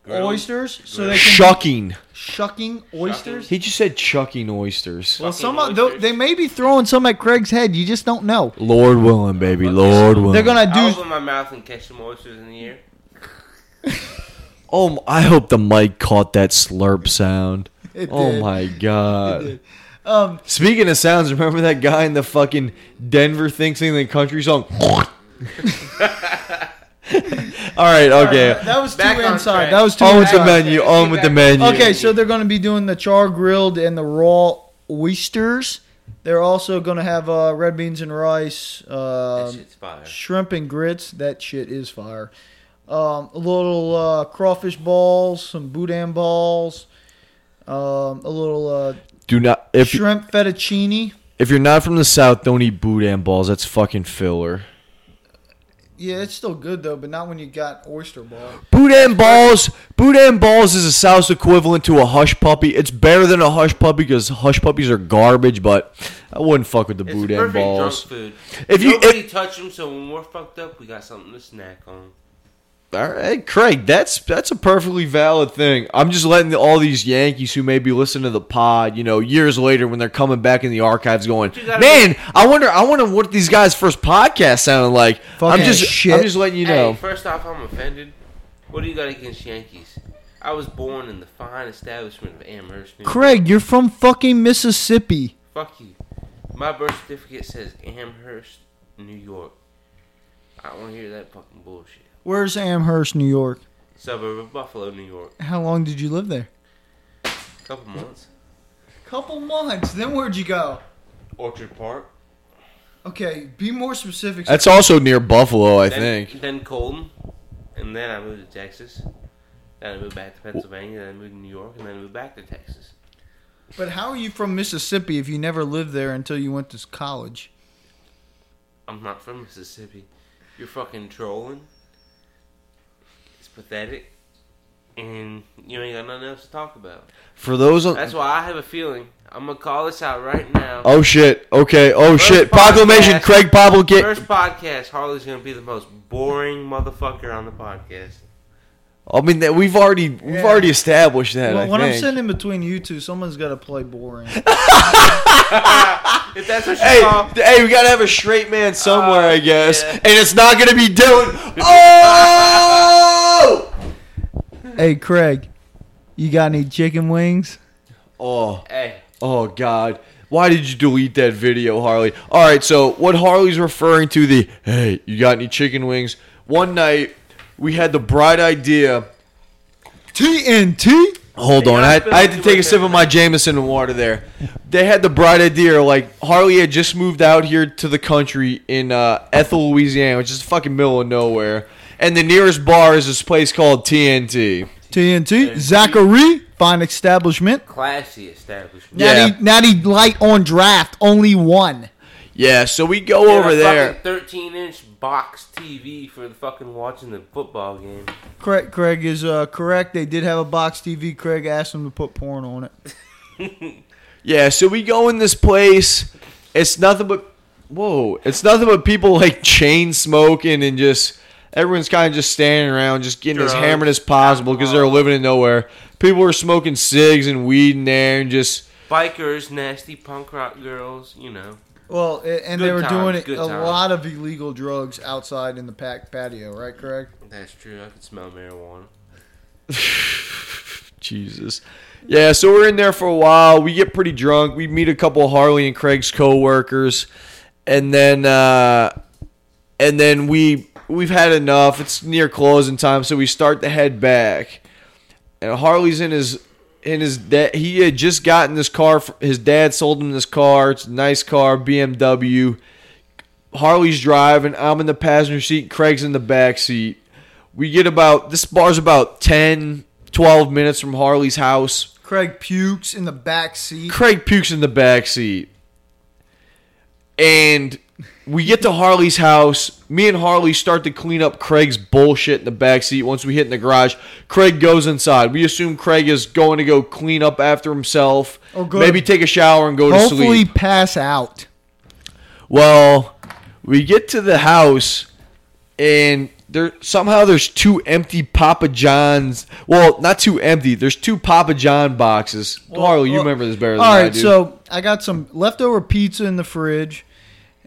Grilled. oysters, so they can Shucking. shucking oysters. He just said chucking oysters. Well, some Shucking though, oysters. they may be throwing some at Craig's head. You just don't know. Lord willing, baby. Lord willing. They're gonna I'll do. open my mouth and catch some oysters in the air. Oh, m- I hope the mic caught that slurp sound. It Oh did. my god. did. Um, Speaking of sounds, remember that guy in the fucking Denver thing singing the country song? All right, okay. that was too Back on inside. track. That was too On with the inside. menu. On with the menu. Okay, so they're going to be doing the char grilled and the raw oysters. They're also going to have uh, red beans and rice, That um, shit's fire. shrimp and grits. That shit is fire. Um, a little uh, crawfish balls, some boudin balls, um, a little uh, Do not if shrimp fettuccine. if you're not from the south, don't eat boudin balls. That's fucking filler. Yeah, it's still good though, but not when you got oyster ball. Boudin balls. Boudin balls is a South's equivalent to a hush puppy. It's better than a hush puppy because hush puppies are garbage. But I wouldn't fuck with the It's boudin perfect balls. drunk food. If you, Nobody if, touch them, so when we're fucked up, we got something to snack on. all right, Craig, that's that's a perfectly valid thing. I'm just letting the- all these Yankees who maybe listen to the pod, you know, years later when they're coming back in the archives, going, you gotta man, I wonder, I wonder what these guys' first podcast sounded like. I'm Fucking just, shit. I'm just letting you know. Hey, first off, I'm offended. What do you got against Yankees? I was born in the fine establishment of Amherst, New Craig, you're from fucking Mississippi. Fuck you. My birth certificate says Amherst, New York. I don't want to hear that fucking bullshit. Where's Amherst, New York? Suburb of Buffalo, New York. How long did you live there? Couple months. Couple months. Then where'd you go? Orchard Park. Okay, be more specific. That's also near Buffalo, I then, think. Then Colton. And then I moved to Texas. Then I moved back to Pennsylvania. Then I moved to New York. And then I moved back to Texas. but how are you from Mississippi if you never lived there until you went to college? I'm not from Mississippi. You're fucking trolling. It's pathetic. And you ain't got nothing else to talk about. For those, on, That's why I have a feeling. I'm going to call this out right now. Oh shit. Okay. Oh First shit. Proclamation. podcast. Craig Pablo get. First podcast, Harley's going to be the most boring motherfucker on the podcast. I mean that we've already we've Yeah. already established that. Well, I when I'm think. sitting in between you two, someone's got to play boring. If that's what you Hey, call. th- hey, we gotta have a straight man somewhere, Uh, I guess, yeah. and it's not gonna be Dylan. Oh, hey, Craig, you got any chicken wings? oh, Hey, oh, God! Why did you delete that video, Harley? All right, so what Harley's referring to the hey, you got any chicken wings? One night, we had the bright idea TNT. Hold on, gotta I, had- fill I had it to with take a sip of my Jameson and water there. They had the bright idea, like Harley had just moved out here to the country in uh, Ethel, Louisiana, which is fucking middle of nowhere, and the nearest bar is this place called TNT. TNT. Zachary. Fine establishment. classy establishment. Yeah. Natty, natty light on draft. Only one. Yeah, so we go Get a over there. fucking 13 inch box TV for the fucking watching the football game. Craig, Craig is uh, correct. They did have a box TV. Craig asked him to put porn on it. Yeah, so we go in this place. It's nothing but whoa. It's nothing but people like chain smoking and just everyone's kind of just standing around, just getting as Drugs, Uh-huh. hammered as possible because they're living in nowhere. People are smoking cigs and weed in there and just Bikers, nasty punk rock girls, you know. Well, a- and Good they were times, doing it, good a times. lot of illegal drugs outside in the packed patio, right, Craig? That's true. I could smell marijuana. Jesus. Yeah, so we're in there for a while. We get pretty drunk. We meet a couple of Harley and Craig's coworkers, and then uh, and then we we've had enough. It's near closing time, so we start to head back. And Harley's in his in his dad. He had just gotten this car. fr- His dad sold him this car. It's a nice car, BMW. Harley's driving. I'm in the passenger seat. Craig's in the back seat. We get about this bar's about 10, 12 minutes from Harley's house. Craig pukes in the back seat. Craig pukes in the back seat. And we get to Harley's house. Me and Harley start to clean up Craig's bullshit in the back seat once we hit in the garage. Craig goes inside. We assume Craig is going to go clean up after himself. Oh, good. Maybe take a shower and go to sleep. Hopefully, pass out. Well, we get to the house and there somehow there's two empty Papa John's. Well, not two empty. There's two Papa John boxes. Marlo, you well- remember this better than All I right, do. so I got some leftover pizza in the fridge,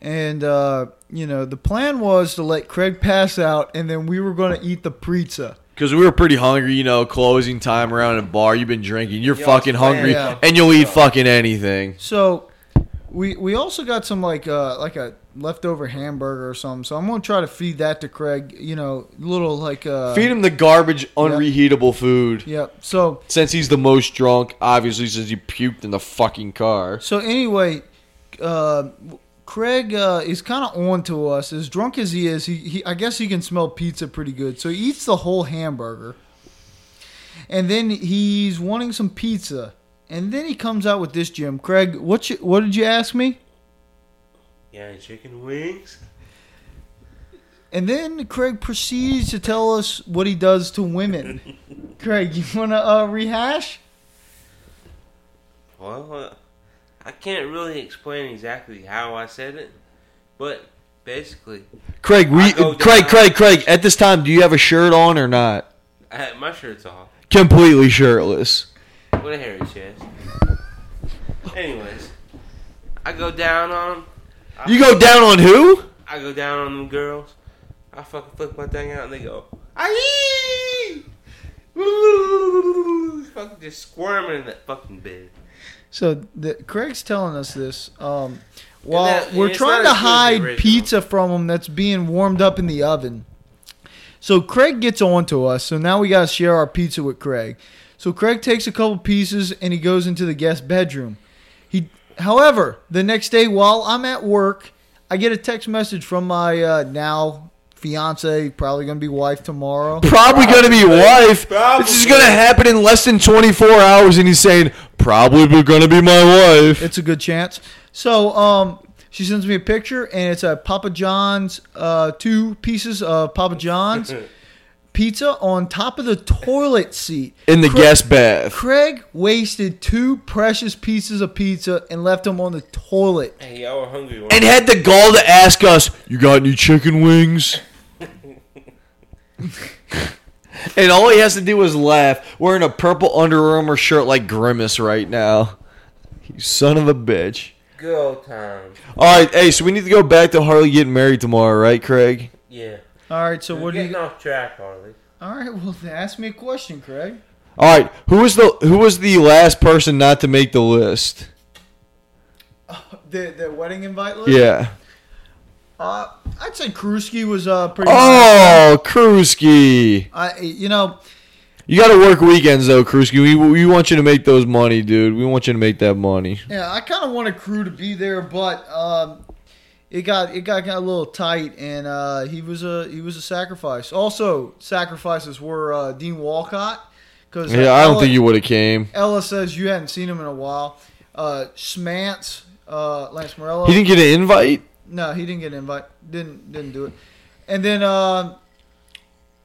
and uh, you know the plan was to let Craig pass out, and then we were going to eat the pizza. Because we were pretty hungry, you know, closing time around a bar. You've been drinking. You're Yo, fucking it's playing hungry, out. and you'll eat fucking anything. So we we also got some like uh, like a leftover hamburger or something. So I'm going to try to feed that to Craig. You know, little like uh, Feed him the garbage, unreheatable food. Yeah. So Since he's the most drunk, obviously, since he puked in the fucking car. So anyway, uh, Craig uh, is kind of on to us. As drunk as he is, he, he I guess he can smell pizza pretty good. So he eats the whole hamburger, and then he's wanting some pizza. And then he comes out with this, Jim. Craig, what you, what did you ask me? Yeah, and chicken wings. And then Craig proceeds to tell us what he does to women. Craig, you want to uh, rehash? Well, uh, I can't really explain exactly how I said it, but basically, Craig, we, I go down. Craig, Craig, Craig. At this time, do you have a shirt on or not? I had my shirt's off Completely shirtless. with a hairy chest. Anyways, I go down on 'em. I- You go down on who? I go down on them girls. I fucking flick my thing out and they go, aye! fucking just squirming in that fucking bed. So the, Craig's telling us this. Um, while that- we're it's trying not as good as to the hide original. pizza from him that's being warmed up in the oven. So Craig gets on to us. So now we got to share our pizza with Craig. So Craig takes a couple pieces and he goes into the guest bedroom. He, however, the next day while I'm at work, I get a text message from my uh, now fiance, probably gonna be wife tomorrow. Probably, gonna be wife. This is gonna happen in less than 24 hours, and he's saying probably gonna be my wife. It's a good chance. So, um, she sends me a picture, and it's a Papa John's, uh, two pieces of Papa John's pizza on top of the toilet seat. in the Cra- guest bath. Craig wasted two precious pieces of pizza and left them on the toilet. Hey, y'all were hungry. weren't And had the gall to ask us, "You got any chicken wings?" and all he has to do is laugh, wearing a purple Under Armour shirt like Grimace right now. You son of a bitch! you? Good old time. All right, hey, so we need to go back to Harley getting married tomorrow, right, Craig? Yeah. All right, so We're what do getting you? off track, Harley. All right, well, then ask me a question, Craig. All right, who was the who was the last person not to make the list? The the wedding invite list. Yeah. Uh, I'd say Krusky was uh pretty. Oh, Krusky. I you know You got to work weekends though, Krusky. We, we want you to make those money, dude. We want you to make that money. Yeah, I kind of wanted Crew to be there, but um, it got it got, got a little tight, and uh, he was a he was a sacrifice. Also, sacrifices were uh, Dean Walcott because Yeah, I don't think you would have came. Ella says you hadn't seen him in a while. Uh, Schmantz, uh, Lance Morello. He didn't get an invite. no, he didn't get an invite. Didn't didn't do it. And then um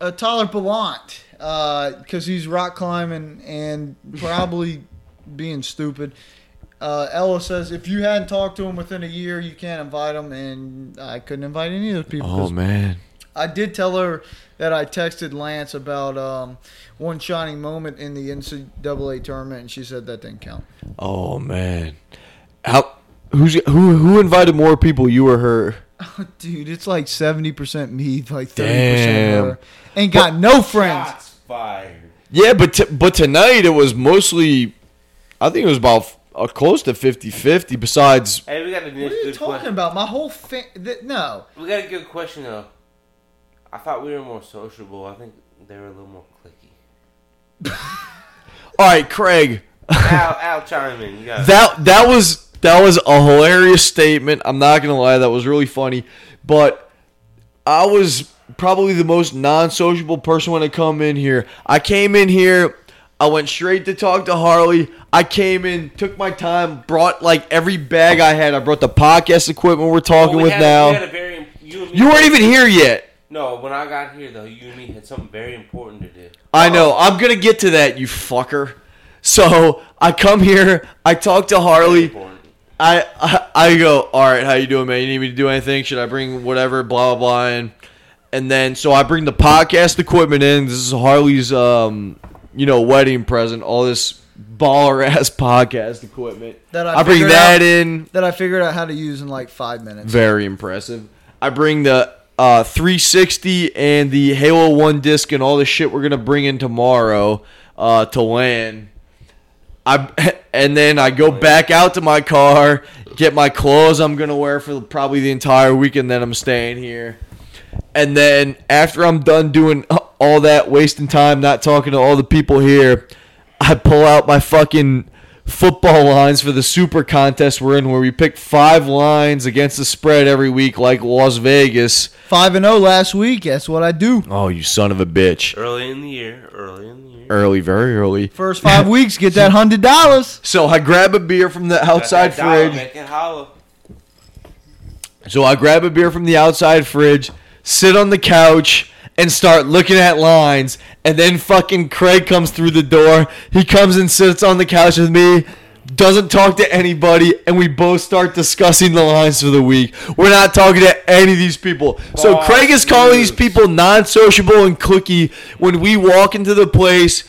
uh, Tyler Ballant because he's rock climbing and probably being stupid. Uh, Ella says if you hadn't talked to him within a year, you can't invite him, and I couldn't invite any of those people. 'cause Oh man. I did tell her that I texted Lance about um, one shining moment in the NCAA tournament, and she said that didn't count. Oh man. How? Who's who? Who invited more people? You or her? Dude, it's like seventy percent me, like thirty Damn. percent her. Ain't got no friends. Shots fired. Yeah, but t- but tonight it was mostly. I think it was about f- uh, close to 50-50 Besides, Hey, we got a What are you good talking question. about? My whole fa- th- no. We got a good question though. I thought we were more sociable. I think they were a little more clicky. all right, Craig. Al, Al, chime in. You got it. that that was that was a hilarious statement. I'm not gonna lie, that was really funny. But I was probably the most non-sociable person when I come in here. I came in here, I went straight to talk to Harley. I came in, took my time, brought like every bag I had. I brought the podcast equipment we're talking Well, we with had- now. we had a very- you, and me you weren't even here yet. No, when I got here though, you and me had something very important to do. I know. I'm gonna get to that, you fucker. So I come here, I talk to Very Harley. important. I, I I go, all right, how you doing, man? You need me to do anything? Should I bring whatever? Blah blah blah. And and then so I bring the podcast equipment in. This is Harley's, um, you know, wedding present. All this baller ass podcast equipment. That I I, bring figured that out. in. that I figured out how to use in like five minutes. Very impressive. I bring the uh, 360 and the Halo One disc and all the shit we're gonna bring in tomorrow uh, to land. I and then I go back out to my car, get my clothes I'm gonna wear for probably the entire weekend that I'm staying here. And then after I'm done doing all that, wasting time, not talking to all the people here, I pull out my fucking football lines for the super contest we're in, where we pick five lines against the spread every week, like Las Vegas. Five and zero last week. That's what I do. Oh, you son of a bitch! Early in the year. Early in the year. Early, very early. First five weeks, get that hundred dollars. So I grab a beer from the outside Got that dollar, fridge. Make it holler. So I grab a beer from the outside fridge, sit on the couch, and start looking at lines. And then fucking Craig comes through the door. He comes and sits on the couch with me, doesn't talk to anybody, and we both start discussing the lines for the week. We're not talking to any of these people. So Fuck Craig is calling these you. people non sociable and clicky when we walk into the place.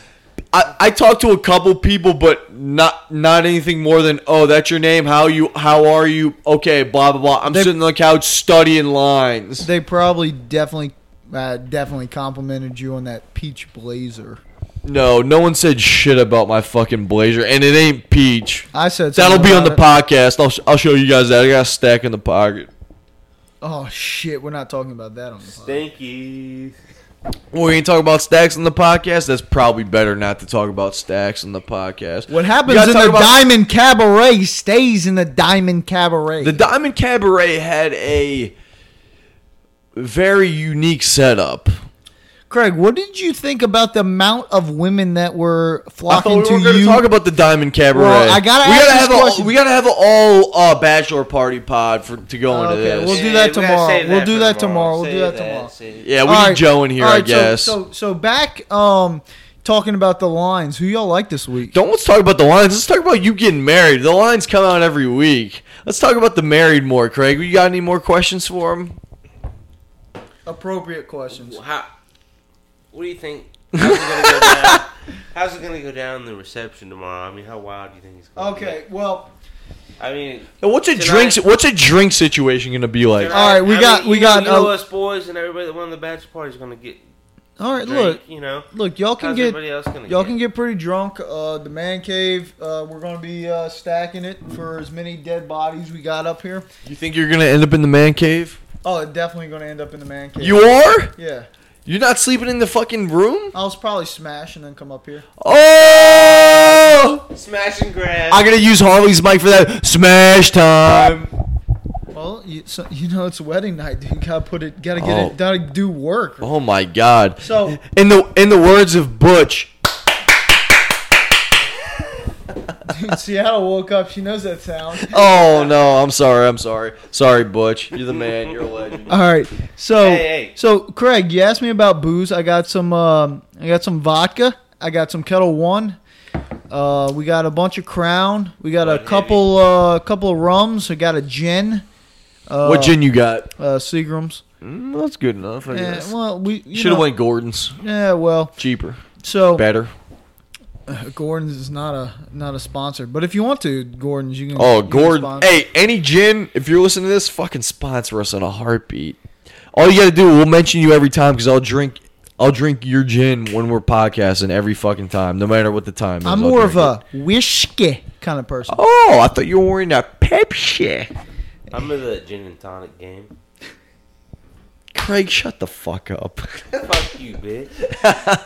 I, I talked to a couple people, but not not anything more than oh, that's your name. How you? How are you? Okay, blah blah blah. I'm They- sitting on the couch studying lines. They probably definitely, uh, definitely complimented you on that peach blazer. no, no one said shit about my fucking blazer, and it ain't peach. I said That'll something be on the about podcast. I'll, sh- I'll show you guys that. I got a stack in the pocket. it. Oh shit, we're not talking about that on the podcast. Stinkies. We ain't talk about stacks on the podcast. That's probably better not to talk about stacks on the podcast. What You happens gotta in talk the about- Diamond Cabaret stays in the Diamond Cabaret. The Diamond Cabaret had a very unique setup. Craig, what did you think about the amount of women that were I thought we flocking were to going to you? talk about the Diamond Cabaret. Well, I gotta we ask gotta this have question. A, we gotta have an all uh, bachelor party pod for to go into Okay, this. we'll do Yeah, that we gotta tomorrow. save We'll do for that tomorrow. We'll do Save that tomorrow. save yeah, Uh, we All need right. Joe in here, All I right, so- guess. So, so, back, um, talking about the lines. Who y'all like this week? Don't let's talk about the lines. Let's talk about you getting married. The lines come out every week. Let's talk about the married more, Craig. You got any more questions for him? Appropriate questions. it. How, what do you think? How's it gonna go down? How's it gonna go down the reception tomorrow? I mean, how wild do you think it's gonna Okay, well, be? I mean, And what's a Tonight- drink? What's a drink situation gonna be like? tonight, right, we I got- mean, we you got, know, you know, uh, us boys and everybody that won the bachelor party is gonna get all right. drink, Look, you know. look, y'all can How's get everybody else gonna y'all get? can get pretty drunk. Uh, the man cave. Uh, we're gonna be uh, stacking it for as many dead bodies we got up here. You think you're gonna end up in the man cave? Oh, it definitely gonna end up in the man cave. You are? yeah, You're not sleeping in the fucking room? I was probably smash and then come up here. Oh! smash and grab. I gotta use Harley's mic for that. Smash time. Well, you, so, you know it's wedding night, dude. You gotta put it. Gotta get Oh. it. Gotta do work. Oh my god. So- in the in the words of Butch, Dude, Seattle woke up. She knows that sound. oh no, I'm sorry, I'm sorry. Sorry, Butch. You're the man, you're a legend. All right. So Hey, hey. so Craig, you asked me about booze. I got some um, I got some vodka. I got some Kettle One. Uh, we got a bunch of Crown. We got Right, a couple uh, couple of rums. I got a gin. Uh, what gin you got? Uh, Seagrams. Mm, that's good enough, I Yeah, guess. well, we you Should have know- went Gordon's. Yeah, well, Cheaper. so Better. Gordon's is not a not a sponsor, but if you want to, Gordon's, you can. Oh, you can Gordon. sponsor. Hey, any gin, if you're listening to this, fucking sponsor us on a heartbeat. All you gotta do, we'll mention you every time because I'll drink I'll drink your gin when we're podcasting every fucking time, no matter what the time is. I'm I'll more of drink a whiskey kind of person. it. Oh, I thought you were wearing that Pepsi. I'm in the gin and tonic game. Craig, shut the fuck up. Fuck you, bitch.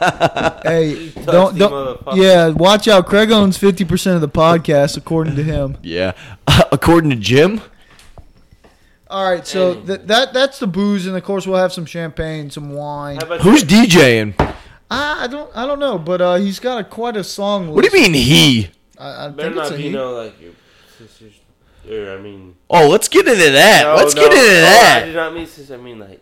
Hey, Toasty don't don't. motherfucker. Yeah, watch out. Craig owns fifty percent of the podcast, according to him. yeah. according to Jim, All right, so Anyway. th- that that's the booze, and of course we'll have some champagne, some wine. How about who's DJing? I, I don't I don't know, but uh, he's got a quite a song. List. What do you mean he? I, I Better think it's not a be he. no like your sisters. Or I mean, Oh, let's get into that. no, let's no, get into no, I that. do not mean sisters. I mean like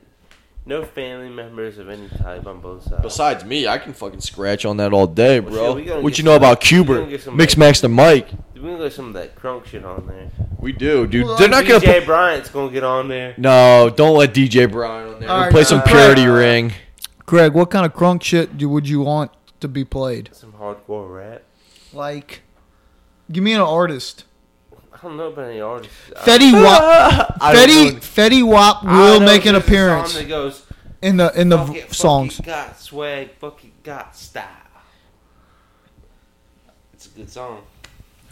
No family members of any type on both sides. Besides me, I can fucking scratch on that all day, Well, bro. shit, we gotta what get you know some- about we Cuber? gotta get some- Mix Max the mic. We're gonna get some of that crunk shit on there. We do, dude. Well, They're not gonna. DJ Put, Bryant's gonna get on there. no, don't let DJ Brian on there. All We'll right, play some guys. purity ring. Greg, what kind of crunk shit do, would you want to be played? Some hardcore rap. Like, give me an artist. I don't know about any artists. Uh, Fetty Wap. I don't Fetty know. Fetty Wap I- I will know make an there's a appearance Song that goes, in the in the fuck v- it, fuck songs. it, got swag, fuck it, got style. It's a good song.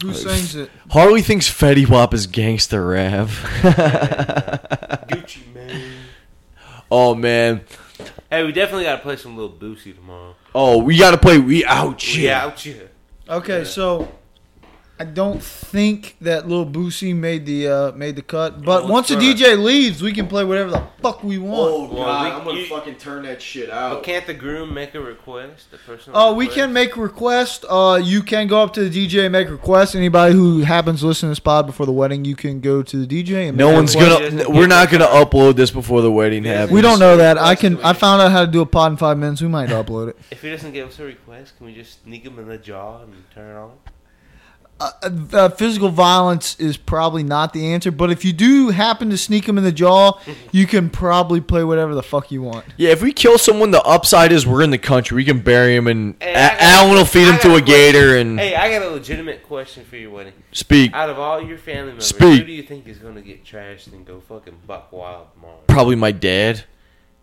Who sings it? Harley thinks Fetty Wap is gangster rap. Gucci man. oh man. Hey, we definitely gotta play some little Boosie tomorrow. Oh, we gotta play. We out. We Yeah. out here. Okay, so I don't think that Lil Boosie made the uh, made the cut. But Well, once the sure. DJ leaves, we can play whatever the fuck we want. Oh Well, god, we- I'm gonna you- fucking turn that shit out. But Oh, can't the groom make a request? The personal. Oh, we request? can make requests. Uh, you can go up to the DJ and make requests. Anybody who happens to listen to this pod before the wedding, you can go to the DJ and No make one's requests. gonna. n- We're not gonna upload this before the wedding happens. We don't know that. I Request can. to it. I found out how to do a pod in five minutes. We might upload it. If he doesn't give us a request, can we just sneak him in the jaw and turn it on? Uh, uh, physical violence is probably not the answer. But if you do happen to sneak them in the jaw, you can probably play whatever the fuck you want. Yeah, if we kill someone, the upside is we're in the country. We can bury him, and Hey, A- I got- Alan will feed I him got to a a gator Mm. and Hey, I got a legitimate question for you, Wendy. speak. Out of all your family members, who Speak. do you think is going to get trashed and go fucking buck wild tomorrow? Probably my dad.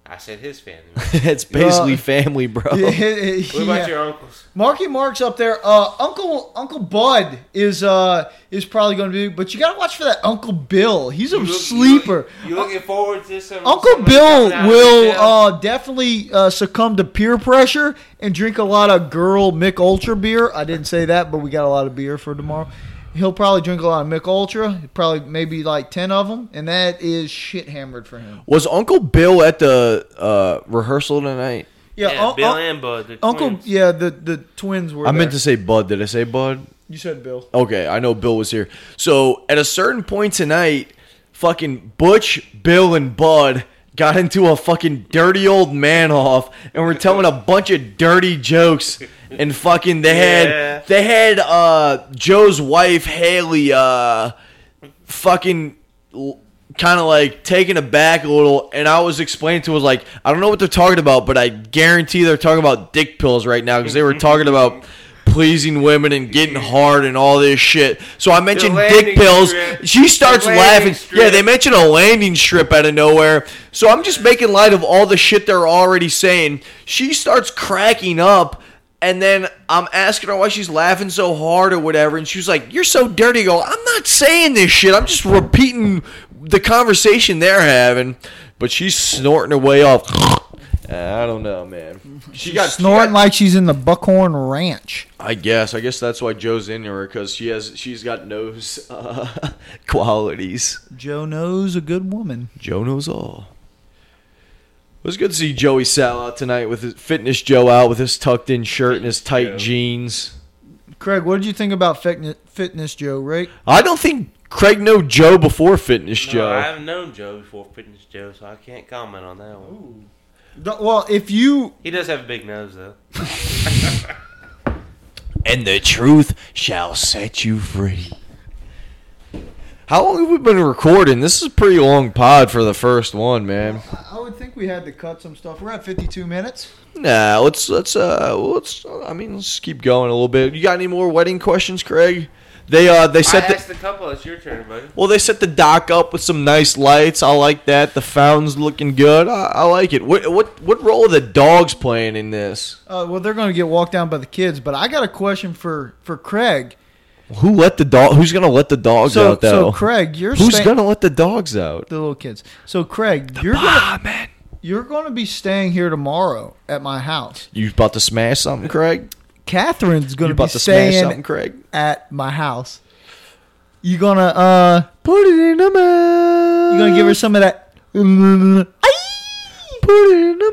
I said his family. members. it's basically Uh, family, bro. Yeah, What about yeah. your uncles? Marky Mark's up there. Uh, Uncle Uncle Bud is uh is probably going to be, but you got to watch for that Uncle Bill. He's a You look- sleeper. You, look, you looking forward to this? summer- Uncle summer Bill coming out of will jail? uh, definitely uh, succumb to peer pressure and drink a lot of girl Mick Ultra beer. I didn't say that, but we got a lot of beer for tomorrow. He'll probably drink a lot of Mick Ultra, probably maybe like ten of them, and that is shit hammered for him. Was Uncle Bill at the uh, rehearsal tonight? Yeah, Yeah, un- Bill un- and Bud. they're Uncle. twins. Yeah, the the twins were. I meant there. to say Bud. Did I say Bud? You said Bill. Okay, I know Bill was here. So at a certain point tonight, fucking Butch, Bill, and Bud got into a fucking dirty old man off and were telling a bunch of dirty jokes and fucking they Yeah. had they had uh Joe's wife Haley uh fucking kind of like taken aback a little and i was explaining to her like i don't know what they're talking about but i guarantee they're talking about dick pills right now because they were talking about pleasing women and getting hard and all this shit so i mentioned dick landing pills strip. she starts The landing laughing yeah strip. they mentioned a landing strip out of nowhere so i'm just making light of all the shit they're already saying she starts cracking up and then I'm asking her why she's laughing so hard or whatever, and she was like, "You're so dirty." I go, I'm not saying this shit. I'm just repeating the conversation they're having. But she's snorting her way off. I don't know, man. She got snoring she got- like she's in the Buckhorn Ranch. I guess. I guess that's why Joe's in her because she has. She's got nose uh, qualities. Joe knows a good woman. Joe knows all. It was good to see Joey Sal out tonight with his fitness Joe out with his tucked in shirt and his tight jeans. Craig, what did you think about fitness, fitness Joe? Right? I don't think Craig know Joe before Fitness No, Joe. I haven't known Joe before Fitness Joe, so I can't comment on that one. The- Well, if you He does have a big nose, though. and the truth shall set you free. How long have we been recording? This is a pretty long pod for the first one, man. I would think we had to cut some stuff. We're at 52 minutes. Nah, let's let's uh let's I mean let's keep going a little bit. You got any more wedding questions, Craig? They uh they set I the asked the couple. It's your turn, buddy. well they set the dock up with some nice lights. I like that. The fountain's looking good. I, I like it. What what what role are the dogs playing in this? Uh, well, they're going to get walked down by the kids, but I got a question for for Craig. Who let the dog? Who's gonna let the dogs So, out though? so Craig, you're Who's staying- gonna let the dogs out? the little kids. So Craig, you're Ah, gonna, you're going to be staying here tomorrow at my house. You about to smash something, Craig? Catherine's You going to be about to smash something, staying Craig? at my house. You gonna uh Put it in a mouth. you gonna give her some of that Put it in a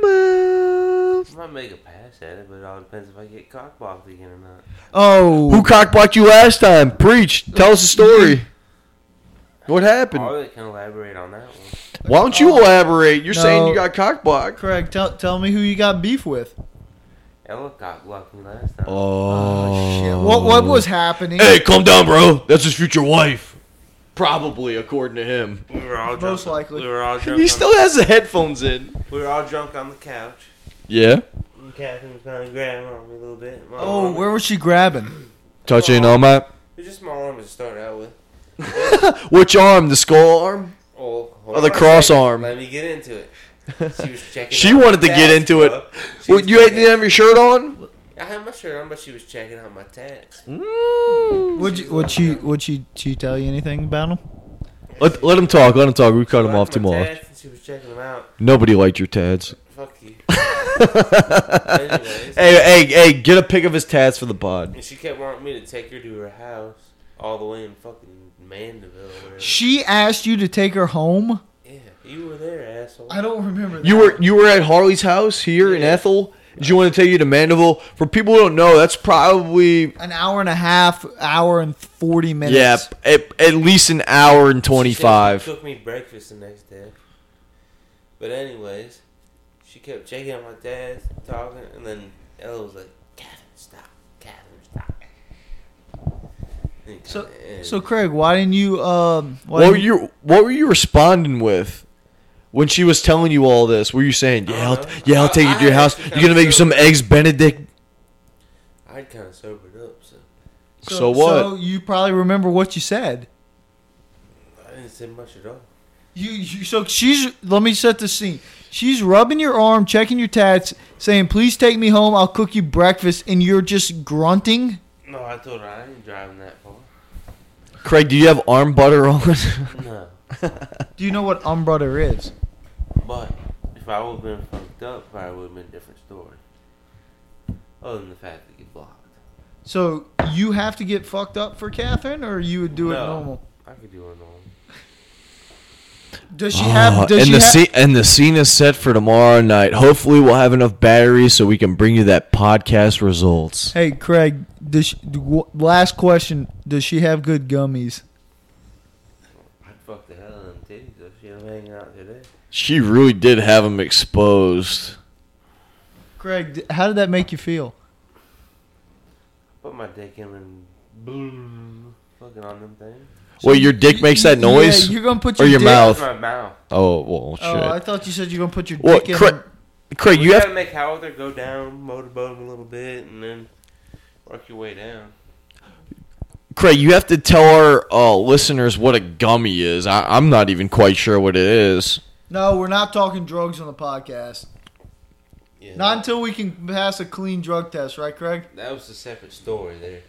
I mouth. might make a pass at it, but it all depends if I get cockblocked again or not. Oh, Who cockblocked you last time? Preach. Tell us a story. What happened? Harley can elaborate on that one. Why don't you elaborate? You're saying No. you got cock blocked. Craig, tell tell me who you got beef with. Ella got lucky last time. Oh, Shit. What what was happening? Hey, calm down, bro. That's his future wife. Probably, according to him. We were all drunk. Most likely. We were all drunk. He on, still has the headphones in. we were all drunk on the couch. Yeah. And Catherine was kind of grabbing on me a little bit. My Oh, arm- where was she grabbing? Touching on my It was just my arm to start out with. which arm? The skull arm? Oh, hold Oh, the on a cross second. arm. Let me get into it. She was checking. She out my wanted to get tats, into it. bro. She Well, was you ain't- checking- didn't have your shirt on. I had my shirt on, but she was checking out my tats. Mm. Would you, would she would she she tell you anything about him? Let, let him talk. Let him talk. We cut She him off liked too my much. tats, and She was checking them out. Nobody liked your tats. Fuck you. hey, Anyways. hey, hey! Get a pic of his tats for the pod. And she kept wanting me to take her to her house, all the way in fucking Mandeville. Or whatever. She asked you to take her home. yeah, you were there, asshole. I don't remember. That. You were you were at Harley's house here in Ethel. Did you want to take you to Mandeville? For people who don't know, that's probably an hour and a half, hour and forty minutes. yeah, at, at least an hour and twenty She five. said she cooked me breakfast the next day. But anyways, she kept checking out my dad, talking, and then Ella was like, "Kevin, stop, Kevin, stop." And- So- and So Craig, why didn't you? Um, why What were didn't- you What were you responding with when she was telling you all this? Were you saying I yeah, I'll, don't Uh, know. yeah, I'll I- take you I to your house. actually You're kinda gonna make you some sobered- eggs Benedict. I'd kind of sobered up, so So, what? So you probably remember what you said. I didn't say much at all. You, you so she's. Let me set the scene. She's rubbing your arm, checking your tats, saying, "Please take me home. I'll cook you breakfast," and you're just grunting. No, I told her I ain't driving that far. Craig, do you have arm butter on? No, Do you know what umbrella is? but if I would have been fucked up, probably would have been a different story. Other than the fact that you blocked, So you have to get fucked up for Catherine, or you would do it No. normal. I could do it normal. Does she have? and Does she Uh, the have, scene and the scene is set for tomorrow night. Hopefully, we'll have enough batteries so we can bring you that podcast results. Hey Craig, does she, w- last question? Does she have good gummies? I'd fuck the hell out of them titties if she was hanging out today. She really did have him exposed. Craig, d- how did that make you feel? Put my dick in and boom, fucking on them things. Well, your dick makes that Yeah, noise. you're gonna put or your, your dick- mouth? That's my mouth. Oh well, shit. Oh, I thought you said you're gonna put your Well, dick in. Craig- her- Craig, You, you gotta have. make Howither go down, motorboat him a little bit, and then work your way down. Craig, you have to tell our uh, listeners what a gummy is. I, I'm not even quite sure what it is. No, we're not talking drugs on the podcast. Yeah. Not until we can pass a clean drug test, right, Craig? that was a separate story there.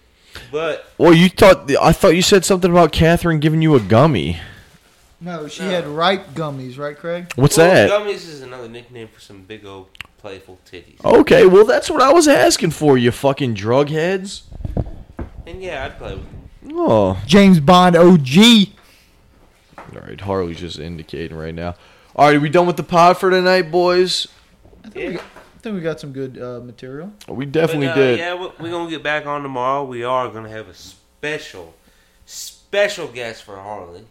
But Well, you thought I thought you said something about Catherine giving you a gummy. No, she No. had ripe gummies, right, Craig? What's Well, that? Gummies is another nickname for some big old playful titties. Okay, well that's what I was asking for. You fucking drug heads. And yeah, I'd play with them. Oh. James Bond OG. All right, Harley's just indicating right now. All right, are we done with the pod for tonight, boys? I think, we, got, I think we got some good uh, material. We definitely but, uh, did. Yeah, we're, we're gonna get back on tomorrow. We are gonna have a special, special guest for Harley.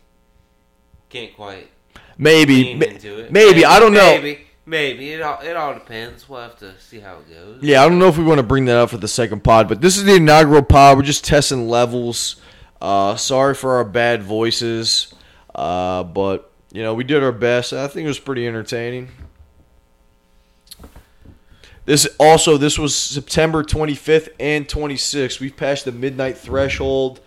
Can't quite Maybe, lean ma- into it. maybe, I don't know. Maybe, maybe it all it all depends. We'll have to see how it goes. Yeah, I don't know if we want to bring that up for the second pod, but this is the inaugural pod. We're just testing levels. Uh, sorry for our bad voices, uh, but you know we did our best. I think it was pretty entertaining. This also this was September 25th and 26th. We've passed the midnight threshold,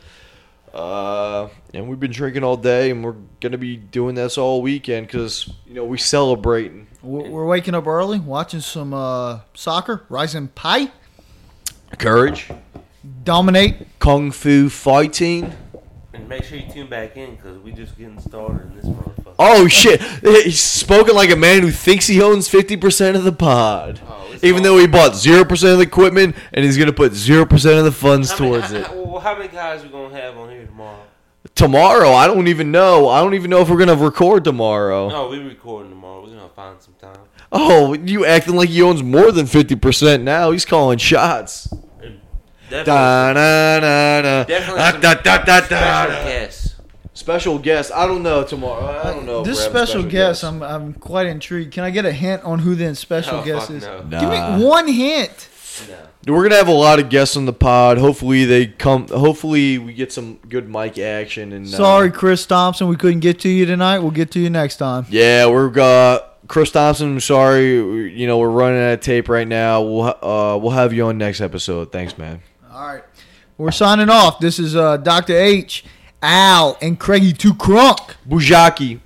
uh, and we've been drinking all day, and we're gonna be doing this all weekend because you know we celebrating. We're, we're waking up early, watching some uh, soccer, Rising Pie, Courage, dominate. kung fu fighting. And make sure you tune back in because we just getting started in this motherfucker. Oh shit! He's spoken like a man who thinks he owns fifty percent of the pod, Oh, it's even all- though he bought zero percent of the equipment and he's gonna put zero percent of the funds How many- towards how- it. how- well, how many guys we gonna have on here tomorrow? Tomorrow, I don't even know. I don't even know if we're gonna record tomorrow. No, we recording tomorrow. We're gonna find some time. Oh, you acting like he owns more than fifty percent now. He's calling shots. And definitely, Da na na na. definitely Da some da da da special da. guests. Special guest. I don't know tomorrow. I don't know. This we're having special, special guest, guests. I'm, I'm quite intrigued. Can I get a hint on who the special Oh, guest fuck is? no. Give me one hint. No. We're gonna have a lot of guests on the pod. Hopefully they come. Hopefully we get some good mic action. And uh, Sorry, Chris Thompson, we couldn't get to you tonight. We'll get to you next time. Yeah, we're uh, Chris Thompson. I'm sorry, we- you know we're running out of tape right now. We'll ha- uh, we'll have you on next episode. Thanks, man. All right. We're signing off. This is uh, Dr. H, Al, and Craigie 2 Crunk. Bujaki.